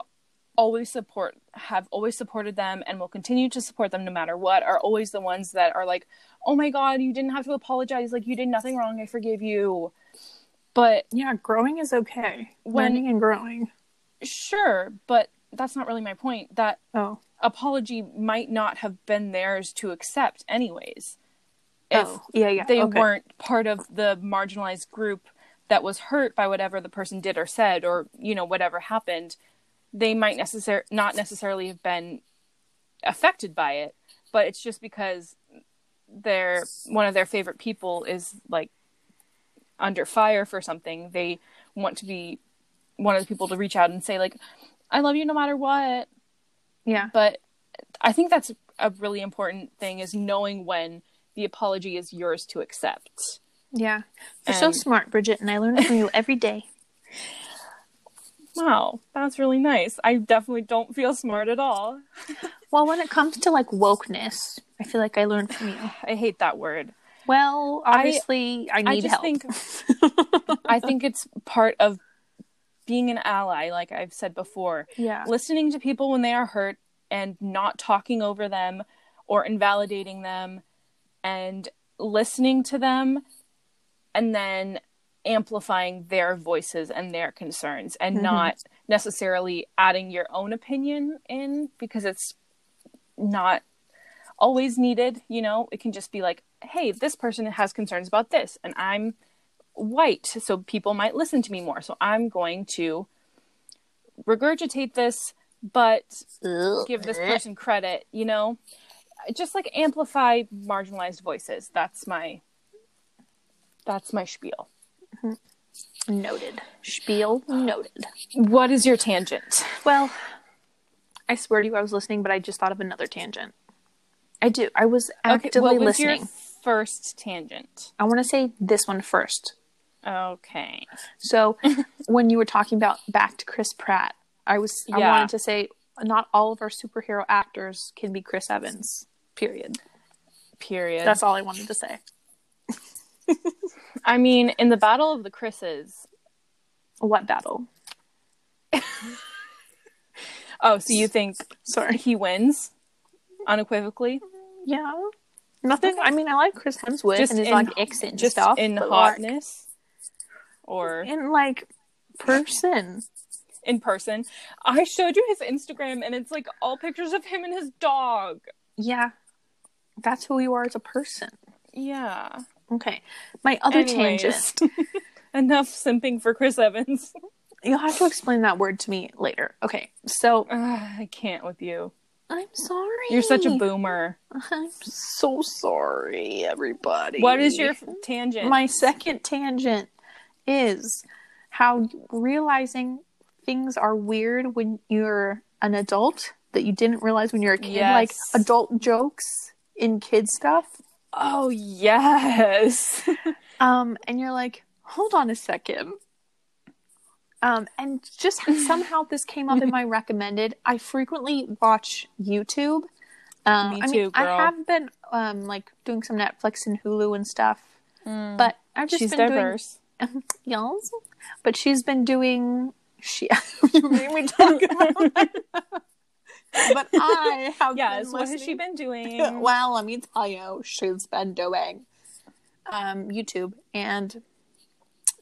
C: always support have always supported them and will continue to support them no matter what are always the ones that are like oh my god you didn't have to apologize like you did nothing wrong i forgive you but
A: Yeah, growing is okay.
C: When-
A: Learning and growing.
C: sure but that's not really my point that
A: Oh,
C: apology might not have been theirs to accept anyways if
A: oh, yeah, yeah.
C: they
A: okay.
C: weren't part of the marginalized group that was hurt by whatever the person did or said or you know whatever happened they might necessar- not necessarily have been affected by it but it's just because their one of their favorite people is like under fire for something they want to be one of the people to reach out and say like i love you no matter what
A: Yeah,
C: but i think that's a really important thing is knowing when the apology is yours to accept
A: yeah. You're so
C: And-
A: smart, Bridget, and I learn from you every day.
C: wow that's really nice i definitely don't feel smart at all
A: Well, when it comes to like wokeness, I feel like I learned from you.
C: i hate that word
A: Well,
C: I-
A: obviously, I, need
C: i just
A: help.
C: think i think it's part of being an ally like i've said before
A: yeah,
C: listening to people when they are hurt and not talking over them or invalidating them and listening to them and then amplifying their voices and their concerns and
A: Mhm.
C: not necessarily adding your own opinion in because it's not always needed you know it can just be like hey this person has concerns about this and i'm white so people might listen to me more so i'm going to regurgitate this but give this person credit, you know? Just like amplify marginalized voices. That's my that's my spiel.
A: noted. Spiel noted.
C: What is your tangent?
A: Well, I swear to you, I was listening, but I just thought of another tangent. I do. I was actively
C: what was
A: listening.
C: your first tangent?
A: I want to say this one first.
C: Okay.
A: So when you were talking about back to Chris Pratt, I was I
C: Yeah.
A: wanted to say not all of our superhero actors can be Chris Evans. Period.
C: Period.
A: That's all I wanted to say.
C: I mean, in the Battle of the Chris's,
A: What battle?
C: Oh, so you think
A: Sorry.
C: he wins unequivocally?
A: Yeah. Nothing. I mean, I like Chris Hemsworth
C: Just
A: and his
C: in-
A: like accent and
C: Just
A: stuff.
C: in
A: but,
C: hotness or
A: like, in like person.
C: in person. I showed you his Instagram and it's like all pictures of him and his dog.
A: Yeah, that's who you are as a person.
C: Yeah.
A: Okay, my other
C: Anyways.
A: tangent.
C: Enough simping for Chris Evans.
A: You'll have to explain that word to me later. Okay, so
C: Ugh, Ah, I can't with you.
A: I'm sorry.
C: You're such a boomer.
A: I'm so sorry, everybody.
C: What is your f- tangent?
A: my second tangent is how realizing things are weird when you're an adult that you didn't realize when you were a kid, like
C: Yes.
A: adult jokes in kid stuff.
C: oh yes.
A: Um, and you're like, hold on a second. Um, and just somehow this came up in my recommended. I frequently watch YouTube. Um,
C: Me
A: I mean,
C: too, girl.
A: I have been um like doing some Netflix and Hulu and stuff, but I've just
C: Mm. She's
A: been
C: diverse.
A: doing yes. But she's been doing she. you made me talk about that. But I have
C: Yes.
A: been
C: What has she
A: listening
C: been doing?
A: well, let me tell you, she's been doing um, YouTube and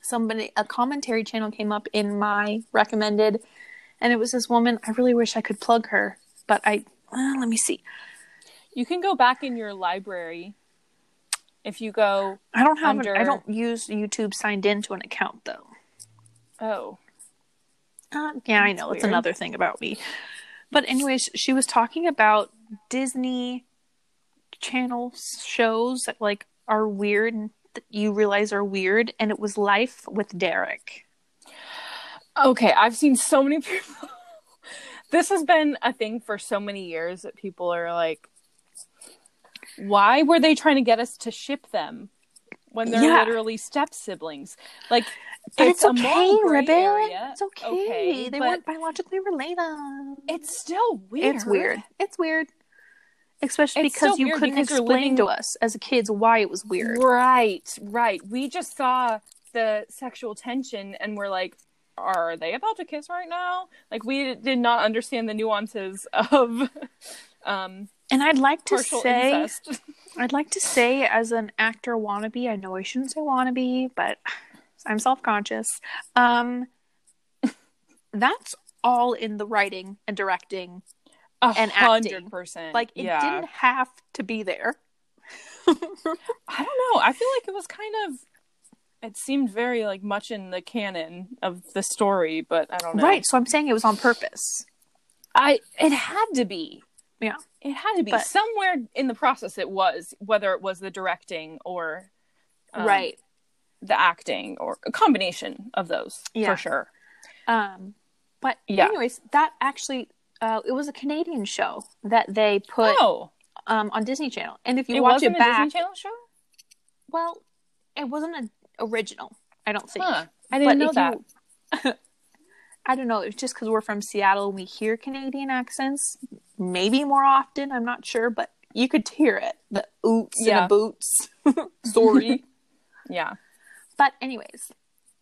A: somebody a commentary channel came up in my recommended, and it was this woman. I really wish I could plug her, but I uh, let me see.
C: You can go back in your library if you go.
A: I don't have. an- I
C: Under-
A: don't use YouTube signed into an account though.
C: Oh,
A: Uh, yeah, I know. It's
C: weird.
A: another thing about me. But, anyways, she was talking about Disney Channel shows that, like, are weird and that you realize are weird. And it was Life with Derek.
C: okay. I've seen so many people. this has been a thing for so many years that people are like, "Why were they trying to get us to ship them when they're
A: Yeah.
C: literally step siblings?" Like,
A: But it's,
C: a
A: okay,
C: moral gray
A: Ribbon.
C: area.
A: It's okay. they
C: but
A: weren't biologically related.
C: It's still weird.
A: It's weird. It's weird. Especially
C: It's
A: because
C: so
A: you
C: weird
A: couldn't
C: because you're
A: explain
C: living-
A: to us as kids why it was weird.
C: Right, right. We just saw the sexual tension and we're like, are they about to kiss right now? Like we did not understand the nuances of um
A: And I'd like to
C: partial
A: say.
C: incest.
A: I'd like to say, as an actor wannabe, I know I shouldn't say wannabe, but I'm self conscious. Um, that's all in the writing and directing.
C: A
A: and
C: hundred
A: acting.
C: percent.
A: Like, it
C: yeah.
A: didn't have to be there.
C: I don't know. I feel like it was kind of it seemed very like much in the canon of the story, but I don't know.
A: Right. So I'm saying it was on purpose.
C: I it had to be.
A: Yeah.
C: It had to be.
A: But-
C: Somewhere in the process it was, whether it was the directing or um, the acting or a combination of those
A: Yeah.
C: for sure.
A: Um, but,
C: Yeah.
A: anyways, that actually. Uh, it was a Canadian show that they put
C: oh,
A: um, on Disney Channel, and if you
C: it
A: watch
C: wasn't
A: it
C: a
A: back,
C: Disney Channel show.
A: well, it wasn't an original. I don't think.
C: Huh. I didn't know
A: if
C: that.
A: you- I don't know. It's just because we're from Seattle, we hear Canadian accents maybe more often. I'm not sure, but you could hear it the oots
C: Yeah.
A: and the boots. Sorry.
C: Yeah,
A: but, anyways,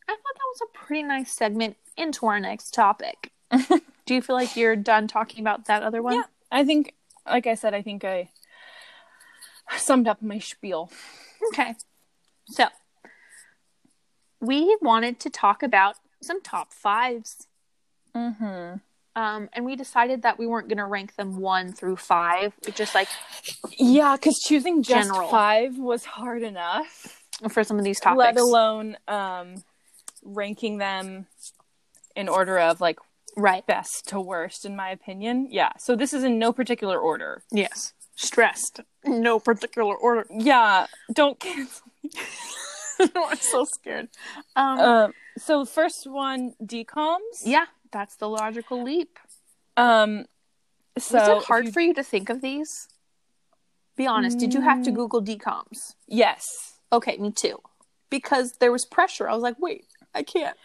A: I thought that was a pretty nice segment into our next topic. Do you feel like you're done talking about that other one?
C: yeah. I think, like I said, I think I summed up my spiel.
A: Okay. So, we wanted to talk about some top fives
C: Mm-hmm.
A: Um, and we decided that we weren't going to rank them one through five. We just like
C: Yeah, because choosing just
A: General.
C: five was hard enough.
A: for some of these topics.
C: Let alone um, ranking them in order of like
A: right.
C: best to worst, in my opinion. Yeah. So this is in no particular order.
A: Yes. Stressed. No particular order.
C: Yeah. Don't cancel.
A: I'm so scared. Um,
C: Um, so first one decoms.
A: yeah, that's the logical leap.
C: Um. So
A: Was it
C: if
A: hard
C: you-
A: for you to think of these? Be honest. Did you have
C: Mm.
A: to Google decoms?
C: yes.
A: Okay, me too. Because there was pressure. I was like, wait, I can't.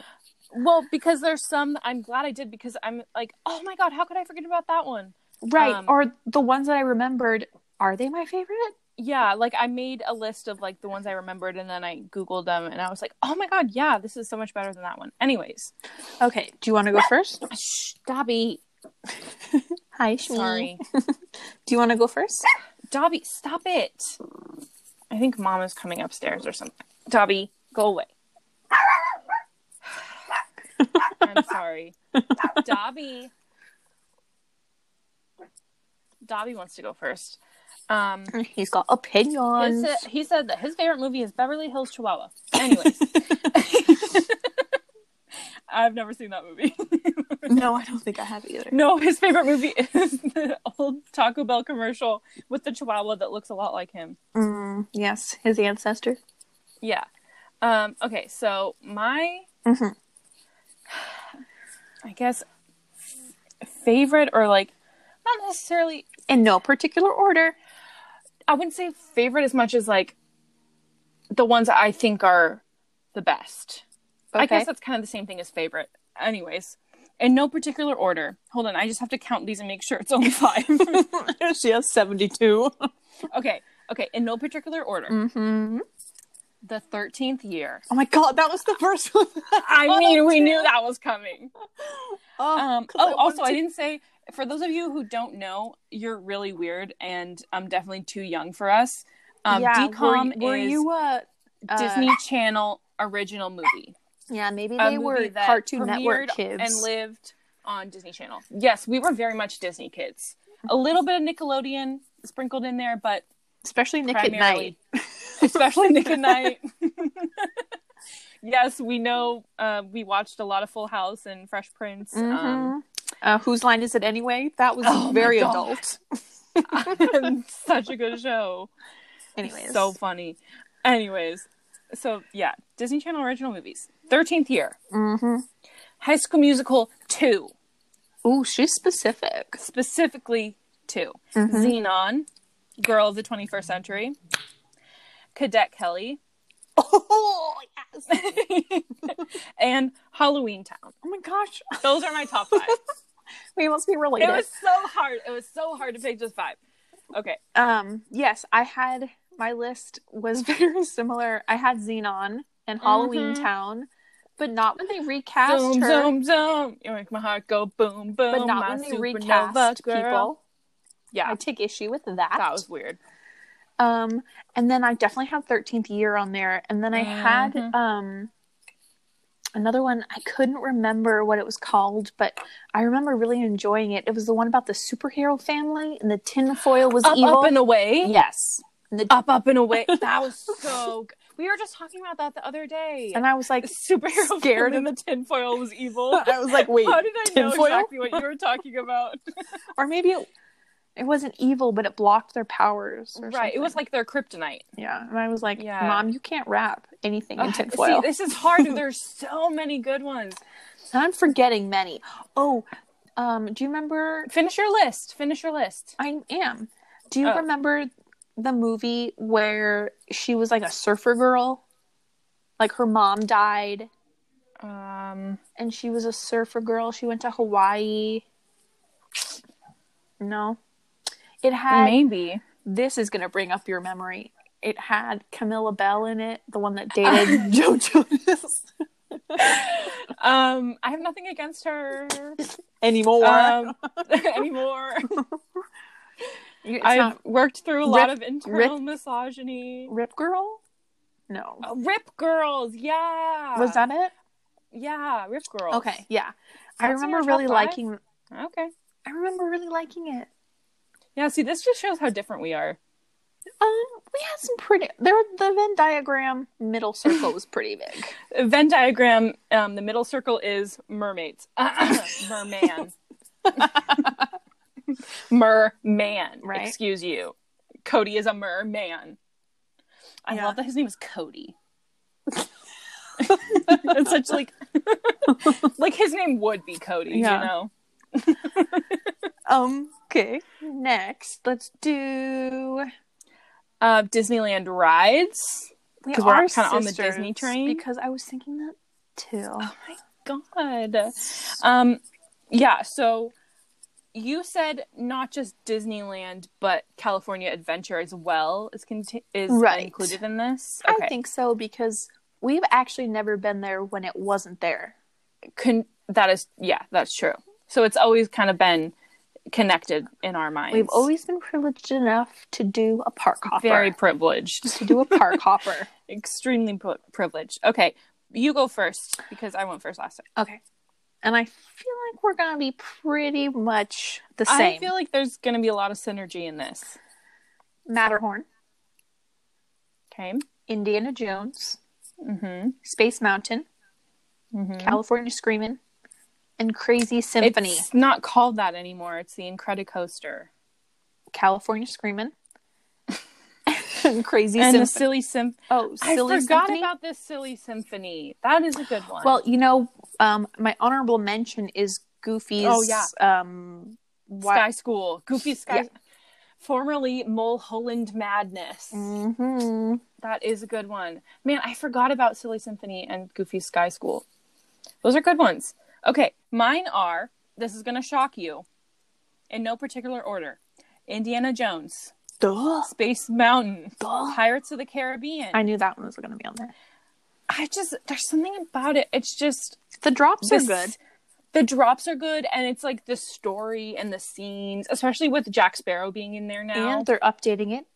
C: Well, because there's some. I'm glad I did because I'm like, oh my god, how could I forget about that one?
A: Right.
C: Um,
A: or the ones that I remembered, are they my favorite?
C: yeah, like I made a list of like the ones I remembered and then I Googled them and I was like, oh my God, yeah, this is so much better than that one. Anyways,
A: Okay, do you want to go first?
C: Dobby.
A: Hi, Shmi.
C: Sorry.
A: Do you want to go first?
C: Dobby, stop it. I think mom is coming upstairs or something. Dobby, go away. I'm sorry. Dobby. Dobby wants to go first. Um,
A: He's got
C: his,
A: opinions.
C: he said that his favorite movie is Beverly Hills Chihuahua. Anyways, I've never seen that movie.
A: no, I don't think I have either.
C: no, his favorite movie is the old Taco Bell commercial with the Chihuahua that looks a lot like him.
A: Mm, yes, his ancestor.
C: Yeah. Um, okay, so my,
A: Mhm.
C: Mm-hmm. I guess, f- favorite or like, not necessarily,
A: In no particular order.
C: I wouldn't say favorite as much as like the ones I think are the best. I guess that's kind of the same thing as favorite. Anyways, in no particular order. Hold on, I just have to count these and make sure it's only five.
A: she has 72.
C: okay, okay, in no particular order.
A: Mm-hmm.
C: The 13th year.
A: Oh my god, that was the first one.
C: I mean, we knew that was coming.
A: Oh,
C: Um,
A: 'cause
C: oh,
A: I
C: also, I
A: wanted
C: didn't say for those of you who don't know, you're really weird, and I'm definitely too young for us. Um, DCOM
A: were,
C: is
A: you uh, a
C: Disney Channel original movie.
A: Yeah, maybe
C: A
A: they
C: movie
A: were
C: that
A: Cartoon Network
C: premiered
A: kids.
C: and lived on Disney Channel. Yes, we were very much Disney kids. A little bit of Nickelodeon sprinkled in there, but
A: Especially Nick at Night.
C: primarily, especially Nick at Night. yes, we know uh, we watched a lot of Full House and Fresh Prince. Um,
A: Mhm. uh, whose line is it anyway? That was
C: Oh my
A: very
C: God.
A: adult.
C: such a good show.
A: Mm-hmm. Anyways,
C: So funny. Anyways, so yeah, Disney Channel original movies. 13th year.
A: Mhm.
C: High School Musical 2,
A: Ooh, she's specific.
C: specifically 2.
A: Mm-hmm.
C: Xenon, Girl of the 21st Century, Cadet Kelly,
A: Oh, yes.
C: and Halloween Town.
A: Oh my gosh.
C: Those are my top 5.
A: We must be
C: it
A: related.
C: was so hard. It was so hard to pick just 5. Okay.
A: Um, yes, I had my list was very similar. I had Xenon and Halloween
C: Mhm.
A: Town, but not when they recast
C: zoom,
A: her.
C: zoom, zoom. You make my heart go boom, boom.
A: but not
C: my
A: when they
C: supernova
A: recast
C: girl.
A: people.
C: Yeah.
A: I take issue with that.
C: that was weird.
A: Um, and then I definitely had Thirteenth Year on there, and then I
C: Mhm.
A: had um another one. I couldn't remember what it was called, but I remember really enjoying it. It was the one about the superhero family, and the tinfoil was
C: Up,
A: evil.
C: up and away.
A: yes, and, the,
C: Up, up and away. That was so. Good. We were just talking about that the other day.
A: and I was like,
C: superhero
A: scared
C: film in the tinfoil was evil.
A: I was like, wait,
C: How did I know
A: tinfoil?
C: exactly what you were talking about?
A: or maybe it, it wasn't evil, but it blocked their powers. Or
C: right. It was like their kryptonite.
A: something. yeah, and I was like,
C: Yeah.
A: mom, you can't wrap anything in
C: Ugh,
A: tinfoil.
C: See, this is hard. There's so many good ones.
A: and I'm forgetting many. Oh, um, do you remember
C: Finish your list. Finish your list.
A: I am. Do you
C: Oh.
A: remember the movie where she was like a surfer girl? Like her mom died
C: Um.
A: and she was a surfer girl. She went to Hawaii. No. It had
C: Maybe.
A: this is going to bring up your memory. It had Camilla Bell in it, the one that dated Joe Jonas
C: Um. I have nothing against her.
A: anymore.
C: um, anymore.
A: You- it's
C: I've
A: not
C: worked through a lot
A: Rip-
C: of internal misogyny.
A: Rip Girl? No.
C: Uh, Rip girls, yeah.
A: Was that it?
C: Yeah, rip girls.
A: Okay, yeah. I
C: That's in your
A: remember
C: top
A: really
C: five?
A: liking
C: Okay.
A: I remember really liking it.
C: Yeah. See, this just shows how different we are.
A: Um, we had some pretty. There, the Venn diagram middle circle was pretty big.
C: Venn diagram. Um, the middle circle is mermaids. merman. merman.
A: Right.
C: Excuse you. Cody is a merman. I
A: Yeah.
C: love that his name is Cody. it's such like like his name would be Cody,
A: Yeah.
C: you know.
A: Um. Okay. Next, let's do.
C: Uh, Disneyland rides.
A: We
C: 'Cause we're
A: are
C: kinda on the
A: sisters,
C: Disney train. Oh,
A: because I was thinking that too.
C: God. Um, yeah. So you said not just Disneyland, but California Adventure as well is con- is
A: Right.
C: included in this.
A: I think so because we've actually never been there when it wasn't there.
C: Con- that is yeah, that's true. So it's always kind of been connected in our minds.
A: We've always been privileged enough to do a park hopper.
C: very privileged,
A: to do a park hopper.
C: extremely pri- privileged. Okay, you go first because I went first last time.
A: Okay. And I feel like we're gonna be pretty much the
C: I
A: same.
C: feel like there's going to be a lot of synergy in this.
A: Matterhorn,
C: Okay.
A: Indiana Jones,
C: Mm-hmm.
A: Space Mountain,
C: Mm-hmm.
A: California Screamin', and Crazy Symphony.
C: It's not called that anymore. It's the Incredicoaster.
A: California Screamin', and Crazy
C: and the
A: Symphony.
C: silly symphony.
A: oh,
C: I
A: Silly
C: forgot
A: Symphony.
C: about this silly symphony. That is a good one.
A: well, you know, um, my honorable mention is Goofy's.
C: Oh, yeah.
A: Um,
C: Sky School, Goofy Sky,
A: Yeah.
C: formerly Mulholland Madness.
A: hmm
C: That is a good one. Man, I forgot about Silly Symphony and Goofy Sky School. Those are good ones. Okay, mine are. This is going to shock you, in no particular order. Indiana Jones,
A: Duh.
C: Space Mountain,
A: Duh.
C: Pirates of the Caribbean.
A: I knew that one was going to be on there.
C: I just there's something about it. It's just
A: The drops
C: this-
A: are good.
C: The drops are good, and it's like the story and the scenes, especially with Jack Sparrow being in there now.
A: And they're updating it.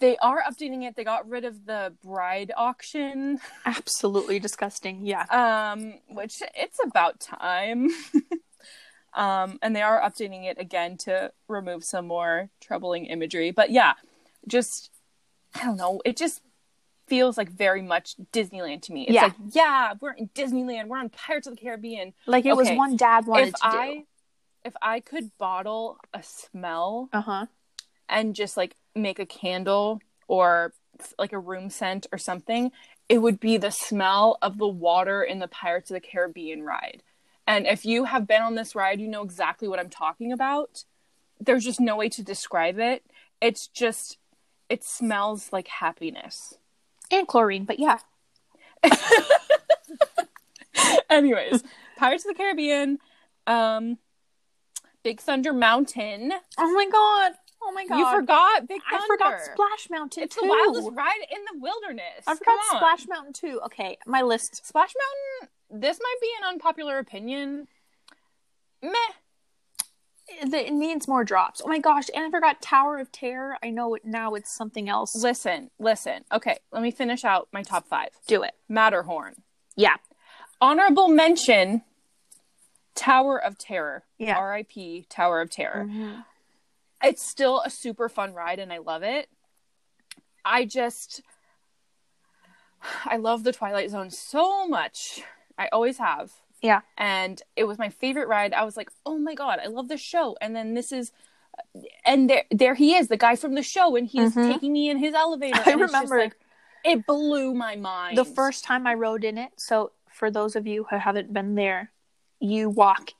C: They are updating it. They got rid of the bride auction,
A: Absolutely disgusting. Yeah.
C: um, which it's about time. um, and they are updating it again to remove some more troubling imagery. But yeah, just I don't know. It just feels like very much Disneyland to me. It's
A: Yeah.
C: like, yeah, we're in Disneyland. We're on Pirates of the Caribbean.
A: Like it was
C: Okay.
A: one dad wanted
C: if
A: to
C: I
A: do.
C: if I could bottle a smell
A: Uh huh.
C: and just like make a candle or like a room scent or something, it would be the smell of the water in the Pirates of the Caribbean ride. And if you have been on this ride, you know exactly what I'm talking about. There's just no way to describe it. It's just it smells like happiness.
A: And chlorine, but yeah.
C: Anyways, Pirates of the Caribbean, um Big Thunder Mountain.
A: Oh my god. Oh my god.
C: You forgot Big Thunder.
A: I forgot Splash Mountain
C: It's
A: too.
C: the wildest ride in the wilderness.
A: I forgot
C: Come on.
A: Splash Mountain too. Okay, my list.
C: Splash Mountain. This might be an unpopular opinion. Meh.
A: It it needs more drops. Oh my gosh, and I forgot Tower of Terror. I know it now. It's something else.
C: Listen, listen. Okay, let me finish out my top five.
A: do it.
C: Matterhorn.
A: Yeah.
C: Honorable mention. Tower of Terror.
A: Yeah.
C: R.I.P. Tower of Terror. it's still a super fun ride and I love it. I just I love the Twilight Zone so much. I always have.
A: Yeah.
C: And it was my favorite ride. I was like, "Oh my god, I love the show." And then this is and there there he is, the guy from the show and he's
A: Mhm.
C: taking me in his elevator.
A: I
C: and it's just
A: remember
C: like, it blew my mind.
A: the first time I rode in it. So for those of you who haven't been there, you walk.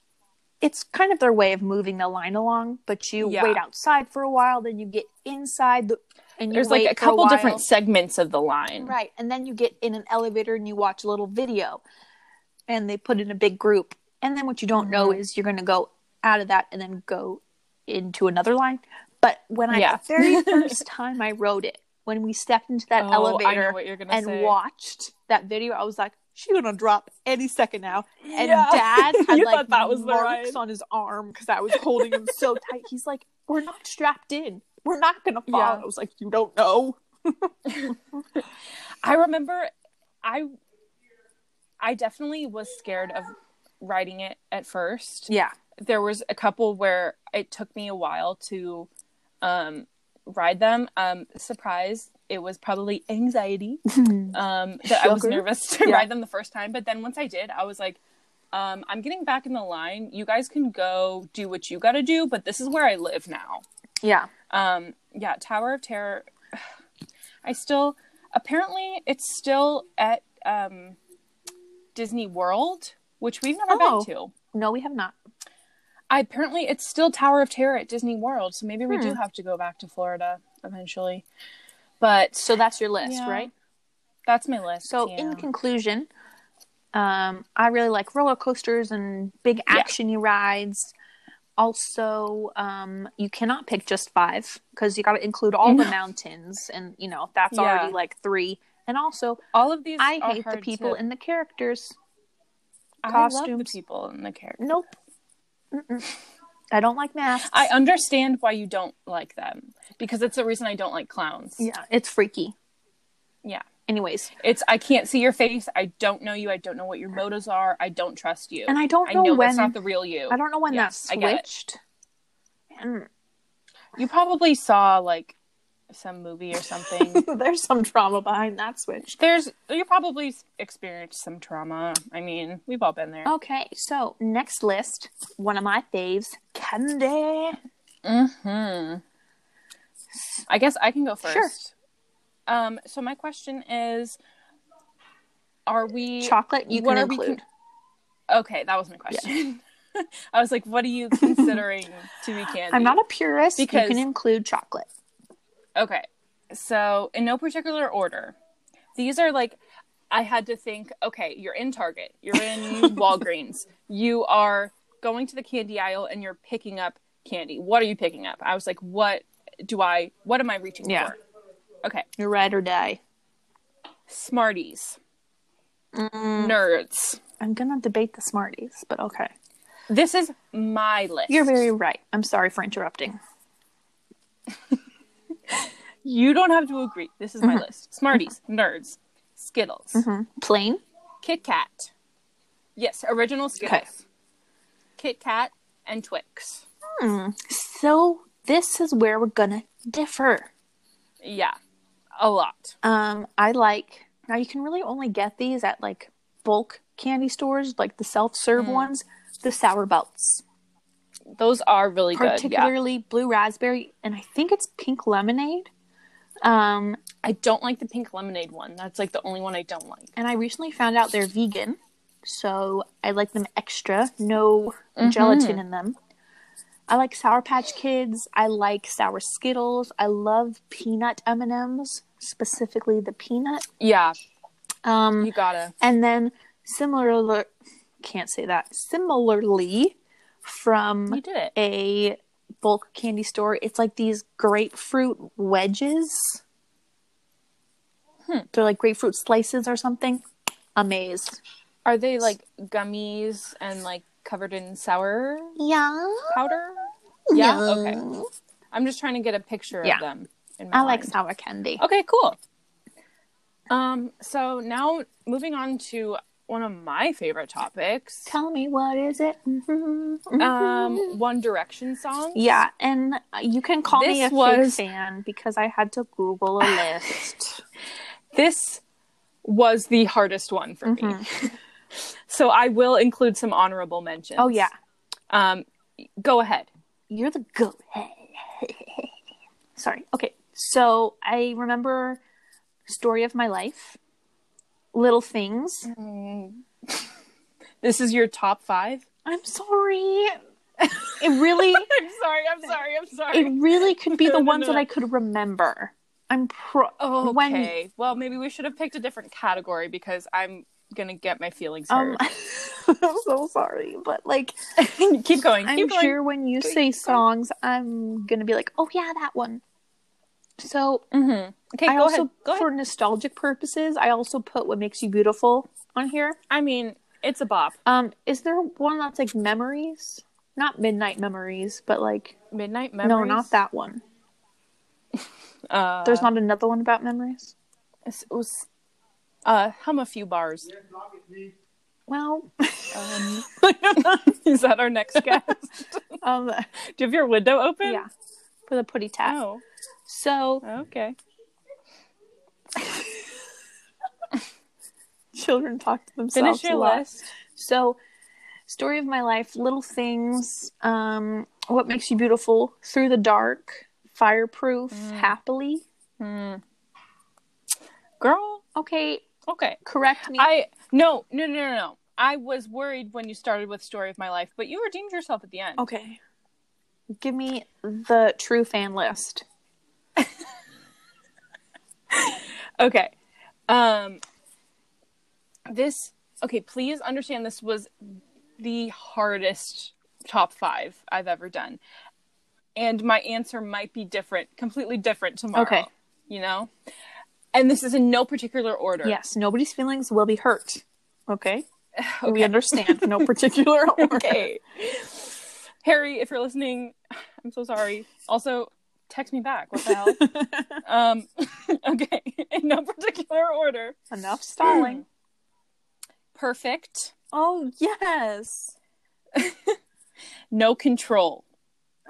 A: It's kind of their way of moving the line along, but you
C: Yeah.
A: wait outside for a while, then you get inside the and you
C: there's like
A: wait
C: a
A: for
C: couple
A: while.
C: different segments of the line.
A: right, and then you get in an elevator and you watch a little video, and they put in a big group. And then what you don't know
C: Mm-hmm.
A: is you're going to go out of that and then go into another line. But when I
C: Yeah.
A: the very first time I rode it, when we stepped into that
C: Oh,
A: elevator,
C: I know what you're going to
A: and
C: say.
A: watched that video, I was like, she gonna drop any second now. And
C: Yeah.
A: dad had
C: You
A: like
C: thought that was the
A: marks
C: ride.
A: on his arm because I was holding him so tight. He's like, we're not strapped in. We're not gonna fall.
C: Yeah.
A: I was like, you don't know.
C: I remember I I definitely was scared of riding it at first.
A: Yeah.
C: There was a couple where it took me a while to um ride them. Um surprise, it was probably anxiety. Um that I was
A: Shocker.
C: nervous to
A: Yeah.
C: ride them the first time, but then once I did, I was like um I'm getting back in the line. You guys can go do what you got to do, but this is where I live now
A: yeah.
C: um yeah tower of terror i still apparently it's still at um disney world which we've never
A: Oh.
C: been to
A: No, we have not.
C: i apparently it's still tower of terror at disney world so maybe we
A: Hmm.
C: do have to go back to florida eventually but
A: So that's your list,
C: Yeah.
A: right?
C: that's my list
A: So
C: yeah.
A: in conclusion, um, I really like roller coasters and big actiony rides. also um you cannot pick just five because you got to include all the mountains and you know that's
C: Yeah.
A: already like three and also
C: All of these.
A: i
C: are
A: hate the
C: hard
A: people
C: to-
A: and the characters
C: I love the
A: costumes.
C: people and the characters.
A: nope Mm-mm. i don't like masks
C: I understand why you don't like them because it's the reason I don't like clowns.
A: yeah it's freaky
C: Yeah.
A: anyways
C: It's I can't see your face. I don't know you. I don't know what your motives are. I don't trust you.
A: and i don't
C: I
A: know,
C: know
A: when
C: that's not the real you.
A: i don't know when
C: Yes, I
A: that
C: get it.
A: switched Mm.
C: You probably saw like some movie or something.
A: there's some trauma behind that switch
C: There's you probably s- experienced some trauma. I mean, we've all been there.
A: Okay, so next list, one of my faves, candy.
C: Hmm. I guess I can go first.
A: Sure.
C: Um. So my question is, are we
A: Chocolate you
C: what
A: can
C: are we con-
A: include.
C: okay, that was my question. I was like, what are you considering to be candy?
A: I'm not a purist. you
C: Because-
A: can include chocolate.
C: Okay. So, in no particular order, these are like, I had to think, okay, you're in Target, you're in Walgreens, you are going to the candy aisle and you're picking up candy. What are you picking up? I was like, what do I, what am I reaching
A: Yeah.
C: for? Okay.
A: You're ride or die.
C: Smarties,
A: Mm,
C: nerds.
A: I'm gonna debate the Smarties, but okay.
C: This is my list.
A: You're very right. I'm sorry for interrupting.
C: you don't have to agree. This is my
A: Uh-huh.
C: list Smarties, nerds, Skittles,
A: Plain?
C: Kit Kat. Yes, original Skittles. Kit Kat and Twix.
A: So this is where we're gonna differ.
C: Yeah, a lot.
A: Um, I like now you can really only get these at like bulk candy stores, like the self serve ones, the sour belts.
C: Those are really good. Yeah,
A: particularly blue raspberry and i think it's pink lemonade um
C: I don't like the pink lemonade one. That's like the only one I don't like.
A: and i recently found out they're vegan so i like them extra no
C: Mm-hmm.
A: gelatin in them i like sour patch kids i like sour skittles i love peanut m&ms specifically the peanut
C: Yeah,
A: um
C: you gotta.
A: and then similarly can't say that similarly from
C: You did it.
A: a bulk candy store. It's like these grapefruit wedges.
C: Hmm.
A: They're like grapefruit slices or something. Amazed.
C: Are they like gummies and like covered in sour
A: Yeah.
C: powder? Yeah. Okay. I'm just trying to get a picture
A: Yeah.
C: of them. In my
A: I like
C: mind.
A: sour candy.
C: Okay, cool. Um. So now moving on to one of my favorite topics.
A: Tell me what is it? Mhm.
C: Um, One Direction songs.
A: Yeah, and uh, you can call me
C: This
A: a
C: was-
A: fake fan because I had to Google a list.
C: this was the hardest one for me. so I will include some honorable mentions.
A: Mm-hmm. oh yeah,
C: Um, go ahead.
A: You're the goat. Sorry. Okay. So I remember Story of My Life, Little Things.
C: This is your top five.
A: I'm sorry. It really
C: I'm sorry. I'm sorry. I'm sorry.
A: it really could be
C: No,
A: the
C: no,
A: ones
C: no.
A: that I could remember. I'm pro
C: okay.
A: when
C: Well, maybe we should have picked a different category because I'm gonna get my feelings
A: um
C: hurt.
A: I'm so sorry, but like
C: keep going. Keep
A: I'm
C: going.
A: sure when you
C: Keep
A: say
C: going.
A: songs, I'm gonna be like, oh yeah, that one. So
C: Mhm. Okay.
A: Mm-hmm. I
C: go
A: also,
C: ahead. Go ahead.
A: for nostalgic purposes, I also put "What Makes You Beautiful" on here.
C: I mean, it's a bop.
A: Um, is there one that's like memories? Not midnight memories, but like
C: Midnight Memories.
A: no, not that one.
C: Uh,
A: There's not another one about memories.
C: It was. Uh, hum a few bars.
A: Well,
C: Um, is that our next guest?
A: um,
C: Do you have your window open?
A: yeah, for the putty tat.
C: Oh,
A: So
C: okay.
A: children talk to themselves.
C: Finish
A: a
C: your
A: lot.
C: list.
A: So, story of my life, little things. Um, what makes you beautiful? Through the dark, fireproof,
C: Mm.
A: happily.
C: Hmm. Girl,
A: Okay,
C: okay.
A: correct me.
C: I no, no, no, no, no. I was worried when you started with story of my life, but you redeemed yourself at the end.
A: Okay. Give me the true fan list.
C: Okay. Um this okay, please understand this was the hardest top five I've ever done. And my answer might be different, completely different tomorrow.
A: Okay.
C: You know? And this is in no particular order.
A: Yes, nobody's feelings will be hurt. Okay. We
C: Okay.
A: understand. No particular order.
C: okay. Harry, if you're listening, I'm so sorry. Also, text me back. What the hell? um, okay. In no particular order.
A: Enough stalling.
C: Perfect.
A: oh, yes.
C: No control.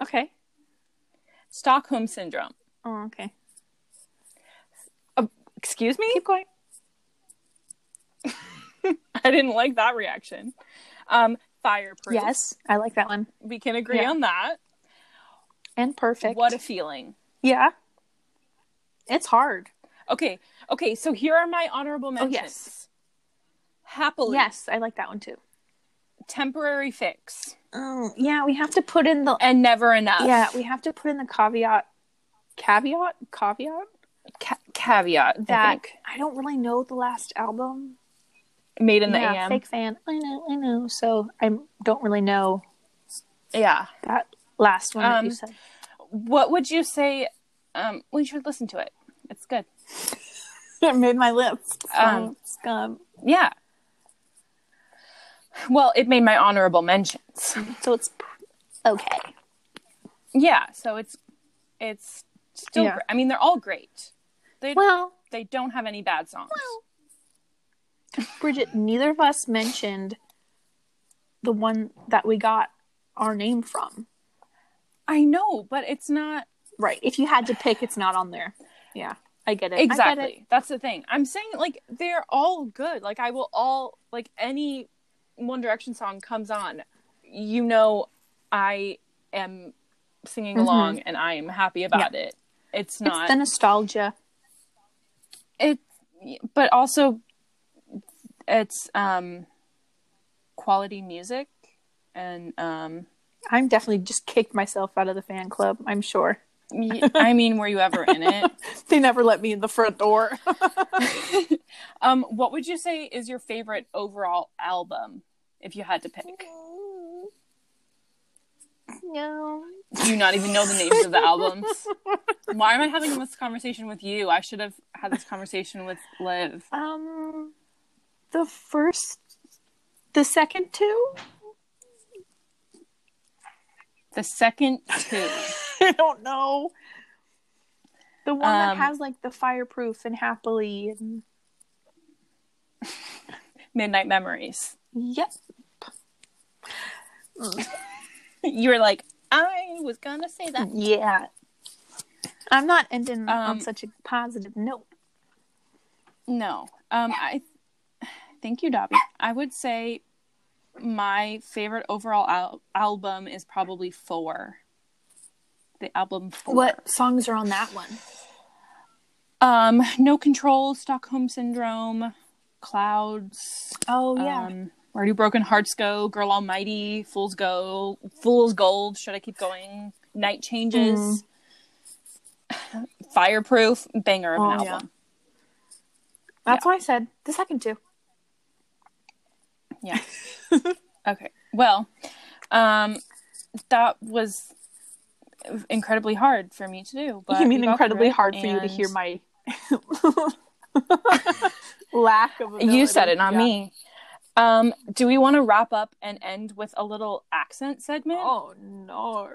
A: Okay.
C: Stockholm syndrome.
A: Oh, okay.
C: Excuse me? Keep going. I didn't like that reaction. Um, fireproof.
A: Yes, I like that one.
C: We can agree
A: Yeah.
C: on that.
A: And perfect.
C: What a feeling.
A: yeah. It's hard.
C: Okay. Okay. So here are my honorable mentions.
A: Oh, yes.
C: Happily.
A: Yes, I like that one too.
C: Temporary fix.
A: Oh, yeah, we have to put in the
C: And never enough.
A: Yeah, we have to put in the caveat caveat caveat
C: Ca- caveat.
A: that I,
C: That
A: don't really know the last album.
C: made in the
A: yeah,
C: AM.
A: fake fan. I know, I know. So I don't really know
C: Yeah.
A: that last one that
C: Um,
A: you said.
C: What would you say? Um, well, you should listen to it. It's good.
A: I made my lips.
C: Um,
A: scum.
C: Yeah. Well, it made my honorable mentions.
A: So it's pr- okay.
C: Yeah, so it's it's still.
A: Yeah.
C: gr- I mean, they're all great. They
A: Well,
C: they don't have any bad songs.
A: Bridget, neither of us mentioned the one that we got our name from.
C: I know, but it's not
A: Right. If you had to pick, it's not on there. Yeah. I get it.
C: exactly.
A: I get it.
C: That's the thing. I'm saying like they're all good. Like I will all like any One Direction song comes on, you know, I am singing
A: Mhm.
C: along and I am happy about it. It's not
A: It's the nostalgia.
C: it but also it's um quality music and um
A: I'm definitely just kicked myself out of the fan club, I'm sure.
C: y- i mean were you ever in it
A: They never let me in the front door.
C: um what would you say is your favorite overall album if you had to pick
A: no.
C: do you not even know the names of the albums why am i having this conversation with you i should have had this conversation with liv
A: Um the first the second two?
C: the second two
A: I don't know. The one
C: Um,
A: that has like the fireproof and happily and
C: midnight memories
A: yep.
C: you were like i was gonna say that
A: Yeah. I'm not ending
C: Um,
A: on such a positive note.
C: No. Um I thank you, Dobby. I would say my favorite overall al- album is probably four. The album four.
A: songs are on that one?
C: Um, No Control, Stockholm Syndrome, Clouds.
A: Oh yeah.
C: Um, Where Do Broken Hearts Go? Girl Almighty, Fool's Go, Fool's Gold. Should I keep going? Night Changes. Fireproof, banger of an
A: Mm. Oh, yeah.
C: album.
A: That's why I said the second two.
C: Yeah. okay. Well, um, that was incredibly hard for me to do. But
A: you mean
C: we got through
A: incredibly
C: it,
A: hard for you to
C: and
A: hear my lack of ability.
C: You said it, not
A: Yeah.
C: me. Um, do we want to wrap up and end with a little accent segment?
A: Oh no.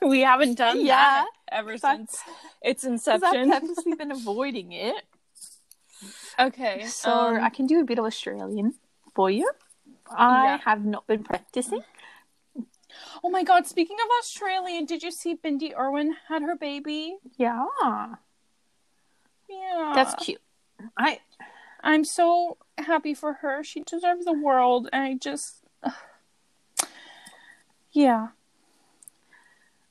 C: we haven't done
A: Yeah.
C: that ever
A: That's-
C: since its
A: Because I've
C: inception.
A: purposely been avoiding it.
C: Okay.
A: So
C: um,
A: I can do a bit of Australian for you. I
C: Yeah.
A: have not been practicing.
C: oh my God! Speaking of Australia, did you see Bindi Irwin had her baby?
A: Yeah.
C: Yeah.
A: That's cute. I
C: I'm so happy for her. She deserves the world. And I just. Yeah.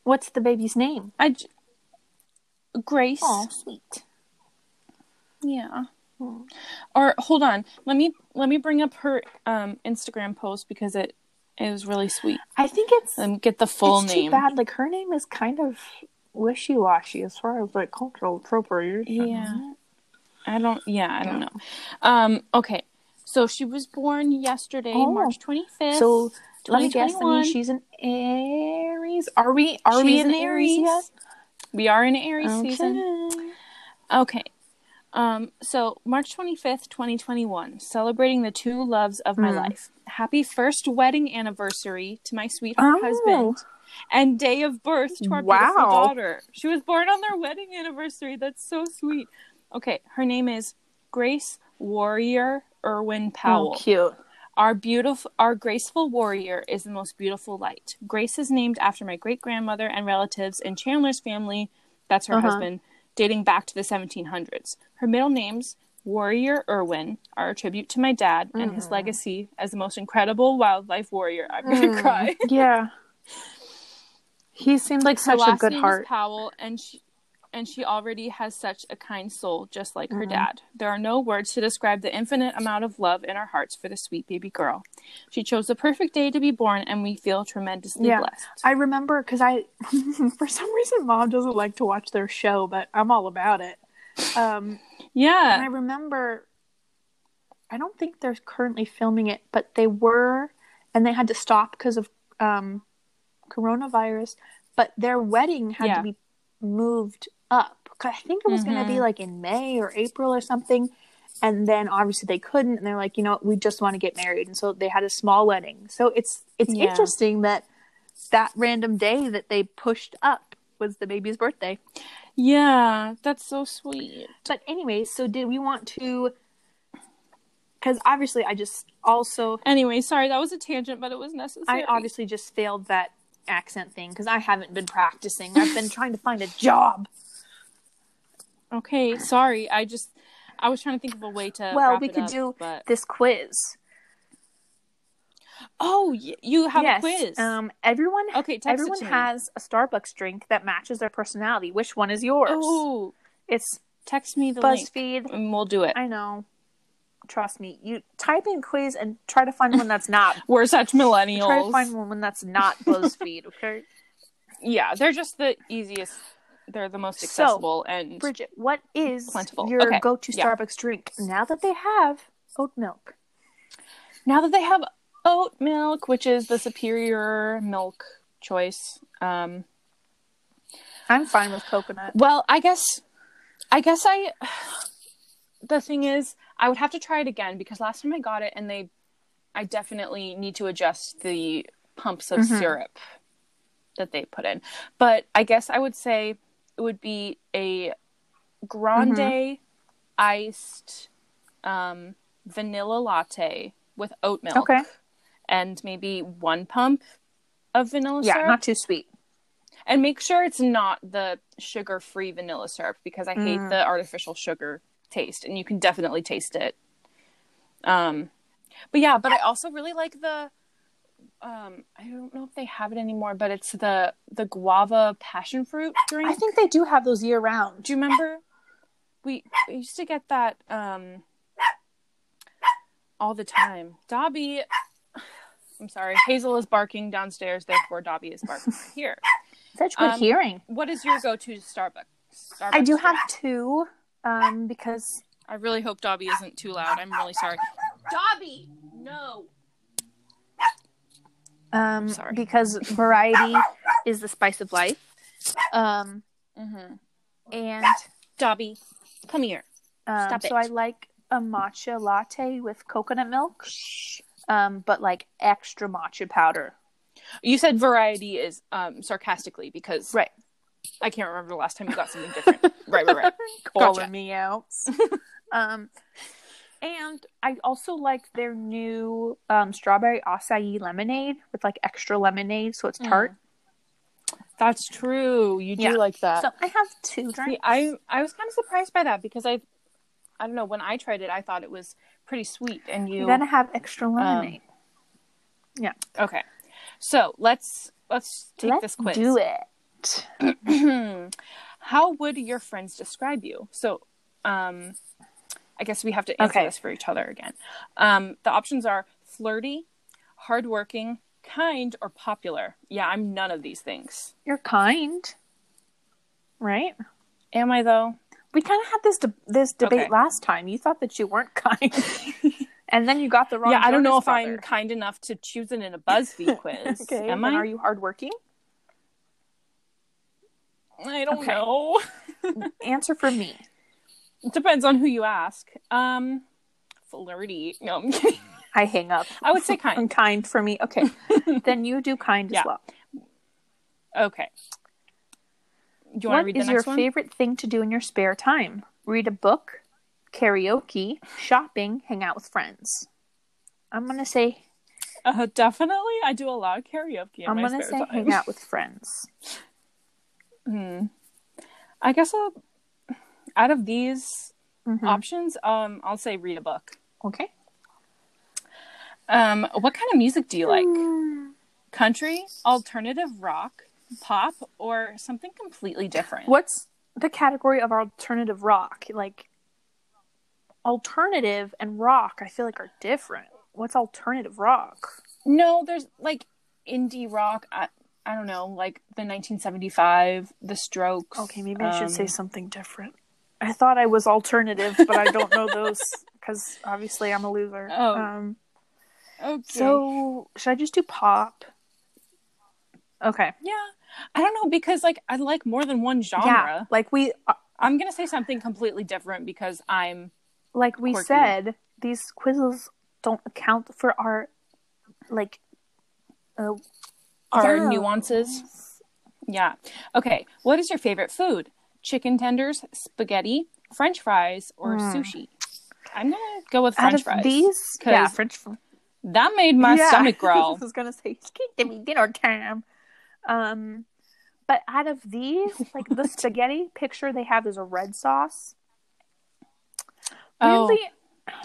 A: what's the baby's name?
C: I. J- Grace.
A: sweet.
C: Yeah.
A: Hmm.
C: Or hold on. Let me let me bring up her um Instagram post because it it was really sweet.
A: I think it's
C: Let me get the full
A: it's
C: name.
A: too bad. Like her name is kind of wishy washy as far as like cultural appropriation.
C: Yeah. I don't yeah, I don't know. Um okay. So she was born yesterday,
A: Oh.
C: March 25th.
A: So let me guess. I
C: 2021.
A: mean, she's an Aries. Are we? Are we
C: She's
A: in
C: an
A: Aries?
C: Aries.
A: yet?
C: we are in Aries
A: Okay.
C: season. Okay. Um, so March 25th, 2021, celebrating the two loves of my
A: Mm.
C: life. Happy first wedding anniversary to my
A: Oh.
C: sweetheart husband and day of birth to our beautiful
A: Wow.
C: daughter. She was born on their wedding anniversary. That's so sweet. Okay, her name is Grace Warrior Irwin
A: Oh,
C: Powell.
A: cute.
C: Our beautiful, our graceful warrior is the most beautiful light. Grace is named after my great grandmother and relatives in Chandler's family. That's her
A: Uh-huh.
C: husband, dating back to the 1700s. Her middle names, Warrior Irwin, are a tribute to my dad and his legacy as the most incredible wildlife warrior. I'm gonna cry.
A: Yeah.
D: He seemed like
C: Her
D: such a
C: last
D: good
C: name
D: heart.
C: is Powell, and she and she already has such a kind soul, just like
A: Mm-hmm.
C: her dad. There are no words to describe the infinite amount of love in our hearts for the sweet baby girl. She chose the perfect day to be born, and we feel tremendously
A: Yeah.
C: blessed.
A: I remember because I, for some reason, mom doesn't like to watch their show, but I'm all about it. Um, and I
C: Yeah,
A: remember, I don't think they're currently filming it, but they were, and they had to stop because of um, coronavirus. But their wedding had
C: Yeah. Mm-hmm.
A: to be moved up. 'Cause I think it was going to be like in May or April or something. And then obviously they couldn't, and they're like, you know, what, we just want to get married, and so they had a small wedding. So it's it's
C: Yeah.
A: interesting that that random day that they pushed up was the baby's birthday.
C: yeah, that's so sweet.
A: But anyways, so did we want to? Because obviously, I just also
C: Anyway, sorry that was a tangent, but it was
A: I
C: necessary.
A: obviously just failed that accent thing because I haven't been practicing. I've been trying to find a job.
C: okay, sorry. I just I was trying to think of a way to.
A: well,
C: wrap
A: we
C: it
A: could
C: up,
A: do
C: But
A: this quiz.
C: oh, y- you have a quiz.
A: Um, everyone.
C: okay, text it
A: Everyone
C: to me.
A: has a Starbucks drink that matches their personality. Which one is yours?
C: Oh,
A: It's
C: text me the link,
A: BuzzFeed.
C: and we'll do it.
A: I know. Trust me. You type in quiz and try to find one that's not
C: We're such millennials.
A: Try to find one that's not BuzzFeed, okay?
C: Yeah, they're just the easiest. They're the most
A: So,
C: accessible and
A: Bridget, what is
C: Plentiful.
A: your
C: Okay,
A: go-to
C: yeah.
A: Starbucks drink now that they have oat milk?
C: now that they have oat milk, which is the superior milk choice. Um,
A: I'm fine with coconut.
C: well, I guess, I guess I. The thing is, I would have to try it again because last time I got it, and they, I definitely need to adjust the pumps of
A: Mm-hmm.
C: syrup that they put in. But I guess I would say it would be a grande
A: Mm-hmm.
C: iced um, vanilla latte with oat milk.
A: Okay.
C: And maybe one pump of vanilla
A: Yeah,
C: syrup.
A: not too sweet.
C: and make sure it's not the sugar free vanilla syrup because I hate the artificial sugar taste and you can definitely taste it. Um, but yeah, but I also really like the. Um, I don't know if they have it anymore, but it's the the guava passion fruit drink.
A: I think they do have those year round.
C: Do you remember we, we used to get that um all the time. Dobby I'm sorry, Hazel is barking downstairs, therefore Dobby is barking right here.
A: Such good
C: Um,
A: hearing.
C: What is your go to Starbucks? Starbucks?
A: I do
C: drink?
A: have two um, because
C: I really hope Dobby isn't too loud. I'm really sorry. Dobby! No.
A: um,
C: Sorry.
A: because variety is the spice of life. Um,
C: Mm-hmm.
A: and
C: Dobby, come here.
A: um,
C: Stop
A: so I
C: it.
A: like a matcha latte with coconut milk, um, but like extra matcha powder.
C: You said variety is um sarcastically because
A: Right.
C: I can't remember the last time you got something different. right, right, right.
A: calling
C: Gotcha.
A: me out. um, and I also like their new um, strawberry acai lemonade with like extra lemonade, so
C: Mm.
A: it's tart.
C: That's true. You do
A: Yeah.
C: like that.
A: So I have two
C: Uh, See,
A: drinks.
C: I I was kind of surprised by that because I, I don't know. When I tried it, I thought it was pretty sweet, and you
A: You gotta have
C: um,
A: extra lemonade.
C: okay. So let's let's take
A: Let's
C: this quiz.
A: do it.
C: How would your friends describe you? So, um, I guess we have to answer
A: Okay.
C: this for each other again. Um, the options are flirty, hardworking, kind, or popular. Yeah, I'm none of these things.
A: You're kind, right?
C: Am I though?
A: We kind of had this de- this debate
C: Okay.
A: last time. You thought that you weren't kind. And then you got the wrong.
C: yeah, I don't
A: Jonas
C: know if
A: Brother.
C: I'm kind enough to choose it in a BuzzFeed quiz.
A: Okay,
C: Am
A: then
C: I?
A: are you hardworking?
C: I don't
A: Okay.
C: know.
A: Answer for me.
C: It depends on who you ask. Um, flirty. No, I'm kidding.
A: I hang up.
C: I would say kind.
A: And kind for me. Okay, then you do kind
C: Yeah.
A: as well.
C: Okay. Do you want to
A: What
C: read the
A: is
C: next
A: your
C: one?
A: favorite thing to do in your spare time? Read a book, karaoke, shopping, hang out with friends. I'm gonna say
C: Uh, definitely, I do a lot of karaoke. In
A: I'm
C: my
A: gonna say
C: spare time.
A: hang out with friends.
C: Hmm. I guess I'll, out of these
A: Mhm.
C: options, um, I'll say read a book.
A: Okay.
C: Um, what kind of music do you like?
A: Hmm.
C: Country, alternative rock, pop, or something completely different?
A: What's the category of alternative rock? Like alternative and rock, I feel like are different. What's alternative rock?
C: No, there's like indie rock. I, I don't know, like the 1975, The Strokes.
A: Okay, maybe I should say
C: um,
A: something different. I thought I was alternative, but I don't know those because obviously I'm a loser.
C: Oh.
A: Um,
C: Okay.
A: so should I just do pop? Okay.
C: yeah, I don't know because like I like more than one genre.
A: Yeah, like we uh,
C: I'm gonna say something completely different because I'm
A: like we
C: Quirky.
A: said, these quizzes don't account for our like uh,
C: our
A: Yeah.
C: nuances. Yeah. Okay. What is your favorite food? Chicken tenders, spaghetti, French fries, or
A: Mm.
C: sushi? I'm gonna go with
A: out
C: French
A: of
C: fries.
A: these. Yeah,
C: 'cause
A: French fries.
C: That made my
A: Yeah.
C: stomach growl.
A: I was gonna say give me dinner time. Um, but out of these, like the spaghetti picture they have is a red sauce.
C: Oh.
A: Weirdly-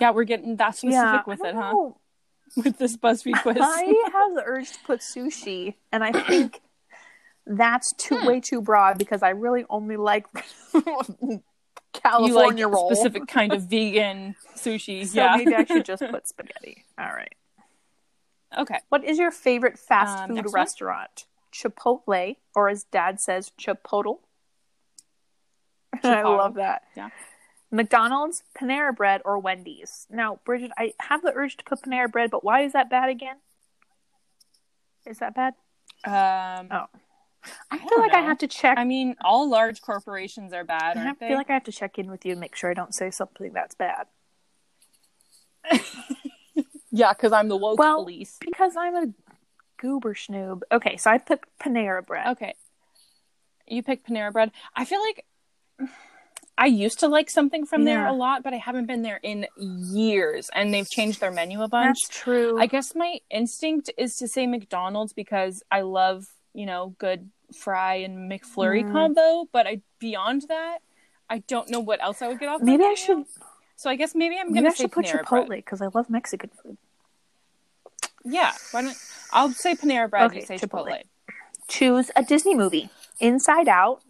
C: Yeah, we're getting that specific
A: yeah,
C: with
A: I
C: it,
A: don't
C: huh?
A: know.
C: With this BuzzFeed quiz.
A: I have the urge to put sushi, and I think that's too
C: Hmm.
A: way too broad because I really only like
C: you like
A: California roll.
C: specific kind of vegan sushi.
A: So
C: yeah.
A: maybe I should just put spaghetti. All right.
C: okay.
A: What is your favorite fast
C: Um, next
A: food
C: one?
A: restaurant? Chipotle, or as Dad says, Chipotle. I
C: Chipotle,
A: love that.
C: yeah.
A: McDonald's, Panera Bread, or Wendy's. Now, Bridget, I have the urge to put Panera Bread, but why is that bad again? Is that bad?
C: Um,
A: Oh. I
C: don't
A: feel like I
C: know.
A: have to check.
C: I mean, all large corporations are bad,
A: I
C: aren't
A: feel
C: they?
A: like I have to check in with you and make sure I don't say something that's bad.
C: yeah, because I'm the woke
A: Well-
C: police.
A: Because I'm a goober schnoob. Okay, so I put Panera Bread.
C: Okay. You pick Panera Bread. I feel like I used to like something from there
A: Yeah.
C: a lot, but I haven't been there in years, and they've changed their menu a bunch.
A: That's true.
C: I guess my instinct is to say McDonald's because I love, you know, good fry and McFlurry
A: Mm.
C: combo, but I beyond that, I don't know what else I would get off. that
A: Maybe I
C: menu.
A: should
C: So I guess maybe I'm
A: Maybe
C: gonna
A: I
C: say
A: should put
C: Panera
A: Chipotle
C: Bread.
A: because I love Mexican food.
C: Yeah, why don't I'll say Panera Bread? you
A: Okay,
C: say
A: Chipotle.
C: Chipotle.
A: Choose a Disney movie: Inside Out,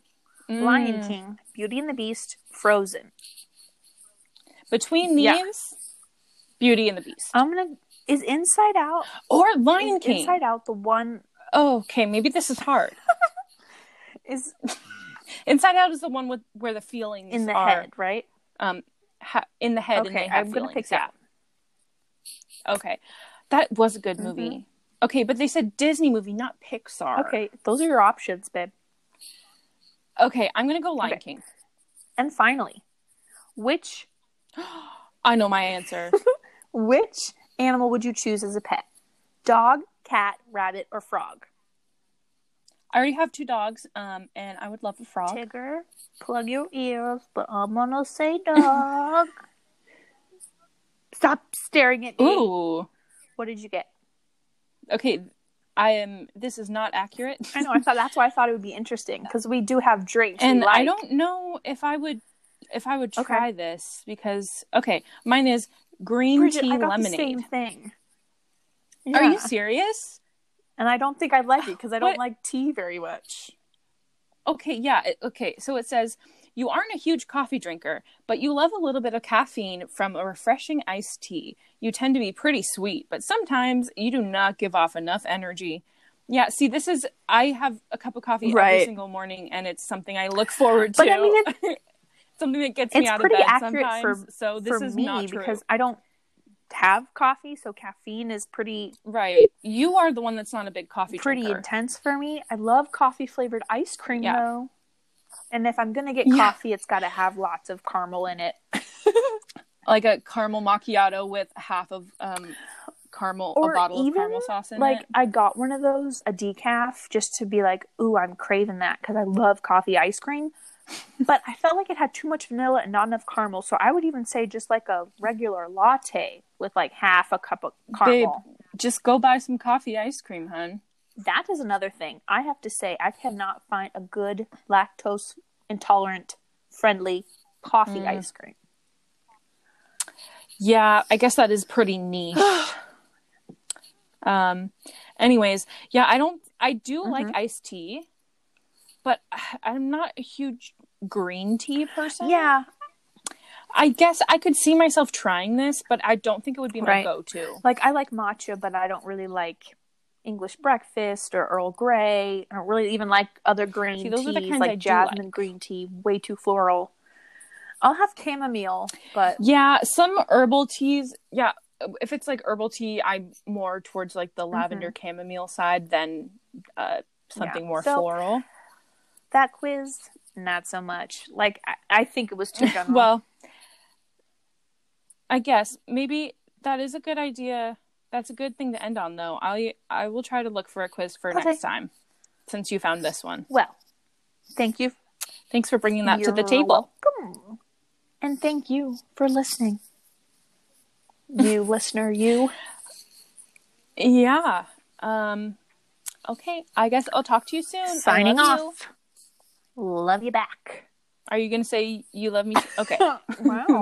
C: Mm.
A: Lion King, Beauty and the Beast, Frozen.
C: Mm. Between these,
A: Yeah.
C: Beauty and the Beast
A: I'm gonna is Inside Out
C: or Lion
A: is
C: King.
A: Inside Out the one
C: Oh, okay, maybe this is hard.
A: is
C: Inside Out is the one with where the feelings
A: in the
C: are,
A: head, right?
C: um, ha- in the head. and
A: Okay,
C: they have
A: I'm gonna pick
C: feelings, yeah. Okay, that was a good movie. Okay, but they said Disney movie, not Pixar.
A: Mm-hmm. Okay, those are your options, babe.
C: okay, I'm gonna go Lion
A: Okay.
C: King.
A: And finally, which
C: I know my answer.
A: which animal would you choose as a pet? Dog, cat, rabbit, or frog?
C: I already have two dogs, um, and I would love a frog.
A: Tigger, plug your ears, but I'm gonna say dog. Stop staring at me.
C: Ooh,
A: What did you get?
C: okay. I am. This is not accurate,
A: I know. I thought that's why I thought it would be interesting because we do have drinks. we
C: and I
A: like.
C: don't know if I would, if I would
A: Okay.
C: try this because okay, mine is green
A: Bridget,
C: tea
A: I got
C: lemonade.
A: the same thing.
C: Are
A: Yeah.
C: you serious?
A: And I don't think I like it because I don't
C: What?
A: like tea very much.
C: Okay, yeah. it- Okay, so it says you aren't a huge coffee drinker, but you love a little bit of caffeine from a refreshing iced tea. You tend to be pretty sweet, but sometimes you do not give off enough energy. Yeah, see, this is I have a cup of coffee every
A: Right.
C: single morning, and it's something I look forward to.
A: But I mean, it,
C: something that gets me
A: it's
C: out of
A: pretty
C: bed
A: accurate
C: sometimes.
A: for-
C: so this
A: for
C: is
A: me
C: not true.
A: because I don't have coffee, so caffeine is pretty
C: Right. You are the one that's not a big coffee
A: pretty
C: drinker.
A: intense for me. I love coffee flavored ice cream
C: Yeah.
A: though. And if I'm gonna get
C: Yeah.
A: coffee, it's gotta have lots of caramel in it.
C: Like a caramel macchiato with half of um caramel
A: Or
C: a bottle of
A: even,
C: caramel sauce in
A: like
C: it.
A: I got one of those, a decaf, just to be like, ooh, I'm craving that because I love coffee ice cream. but I felt like it had too much vanilla and not enough caramel. So I would even say just like a regular latte with like half a cup of caramel.
C: Just go buy some coffee ice cream, hun.
A: That is another thing. I have to say, I cannot find a good lactose intolerant friendly coffee
C: Mm.
A: ice cream.
C: Yeah, I guess that is pretty niche. um anyways, yeah, I don't I do like iced tea, but I- I'm not a huge green tea person.
A: Yeah.
C: I guess I could see myself trying this, but I don't think it would be my
A: Right.
C: go-to.
A: Like I like matcha, but I don't really like English breakfast or Earl Grey. I don't really even like other green
C: See, those
A: teas
C: are the kinds
A: like
C: I do like.
A: jasmine green tea, way too floral. I'll have chamomile, but
C: Yeah, some herbal teas. Yeah, if it's like herbal tea, I'm more towards like the lavender chamomile side than uh, something
A: Yeah.
C: more
A: So-
C: floral.
A: that quiz, not so much. Like I, I think it was too general.
C: Well, I guess maybe that is a good idea. That's a good thing to end on, though. I I will try to look for a quiz for
A: Okay.
C: next time, since you found this one.
A: well, thank you.
C: Thanks for bringing that to the
A: You're
C: table.
A: welcome. And thank you for listening. You listener, you.
C: Yeah. Um. Okay. I guess I'll talk to you soon. I
A: Signing
C: love
A: off.
C: you.
A: Love you back.
C: Are you gonna say you love me? Okay.
A: Wow.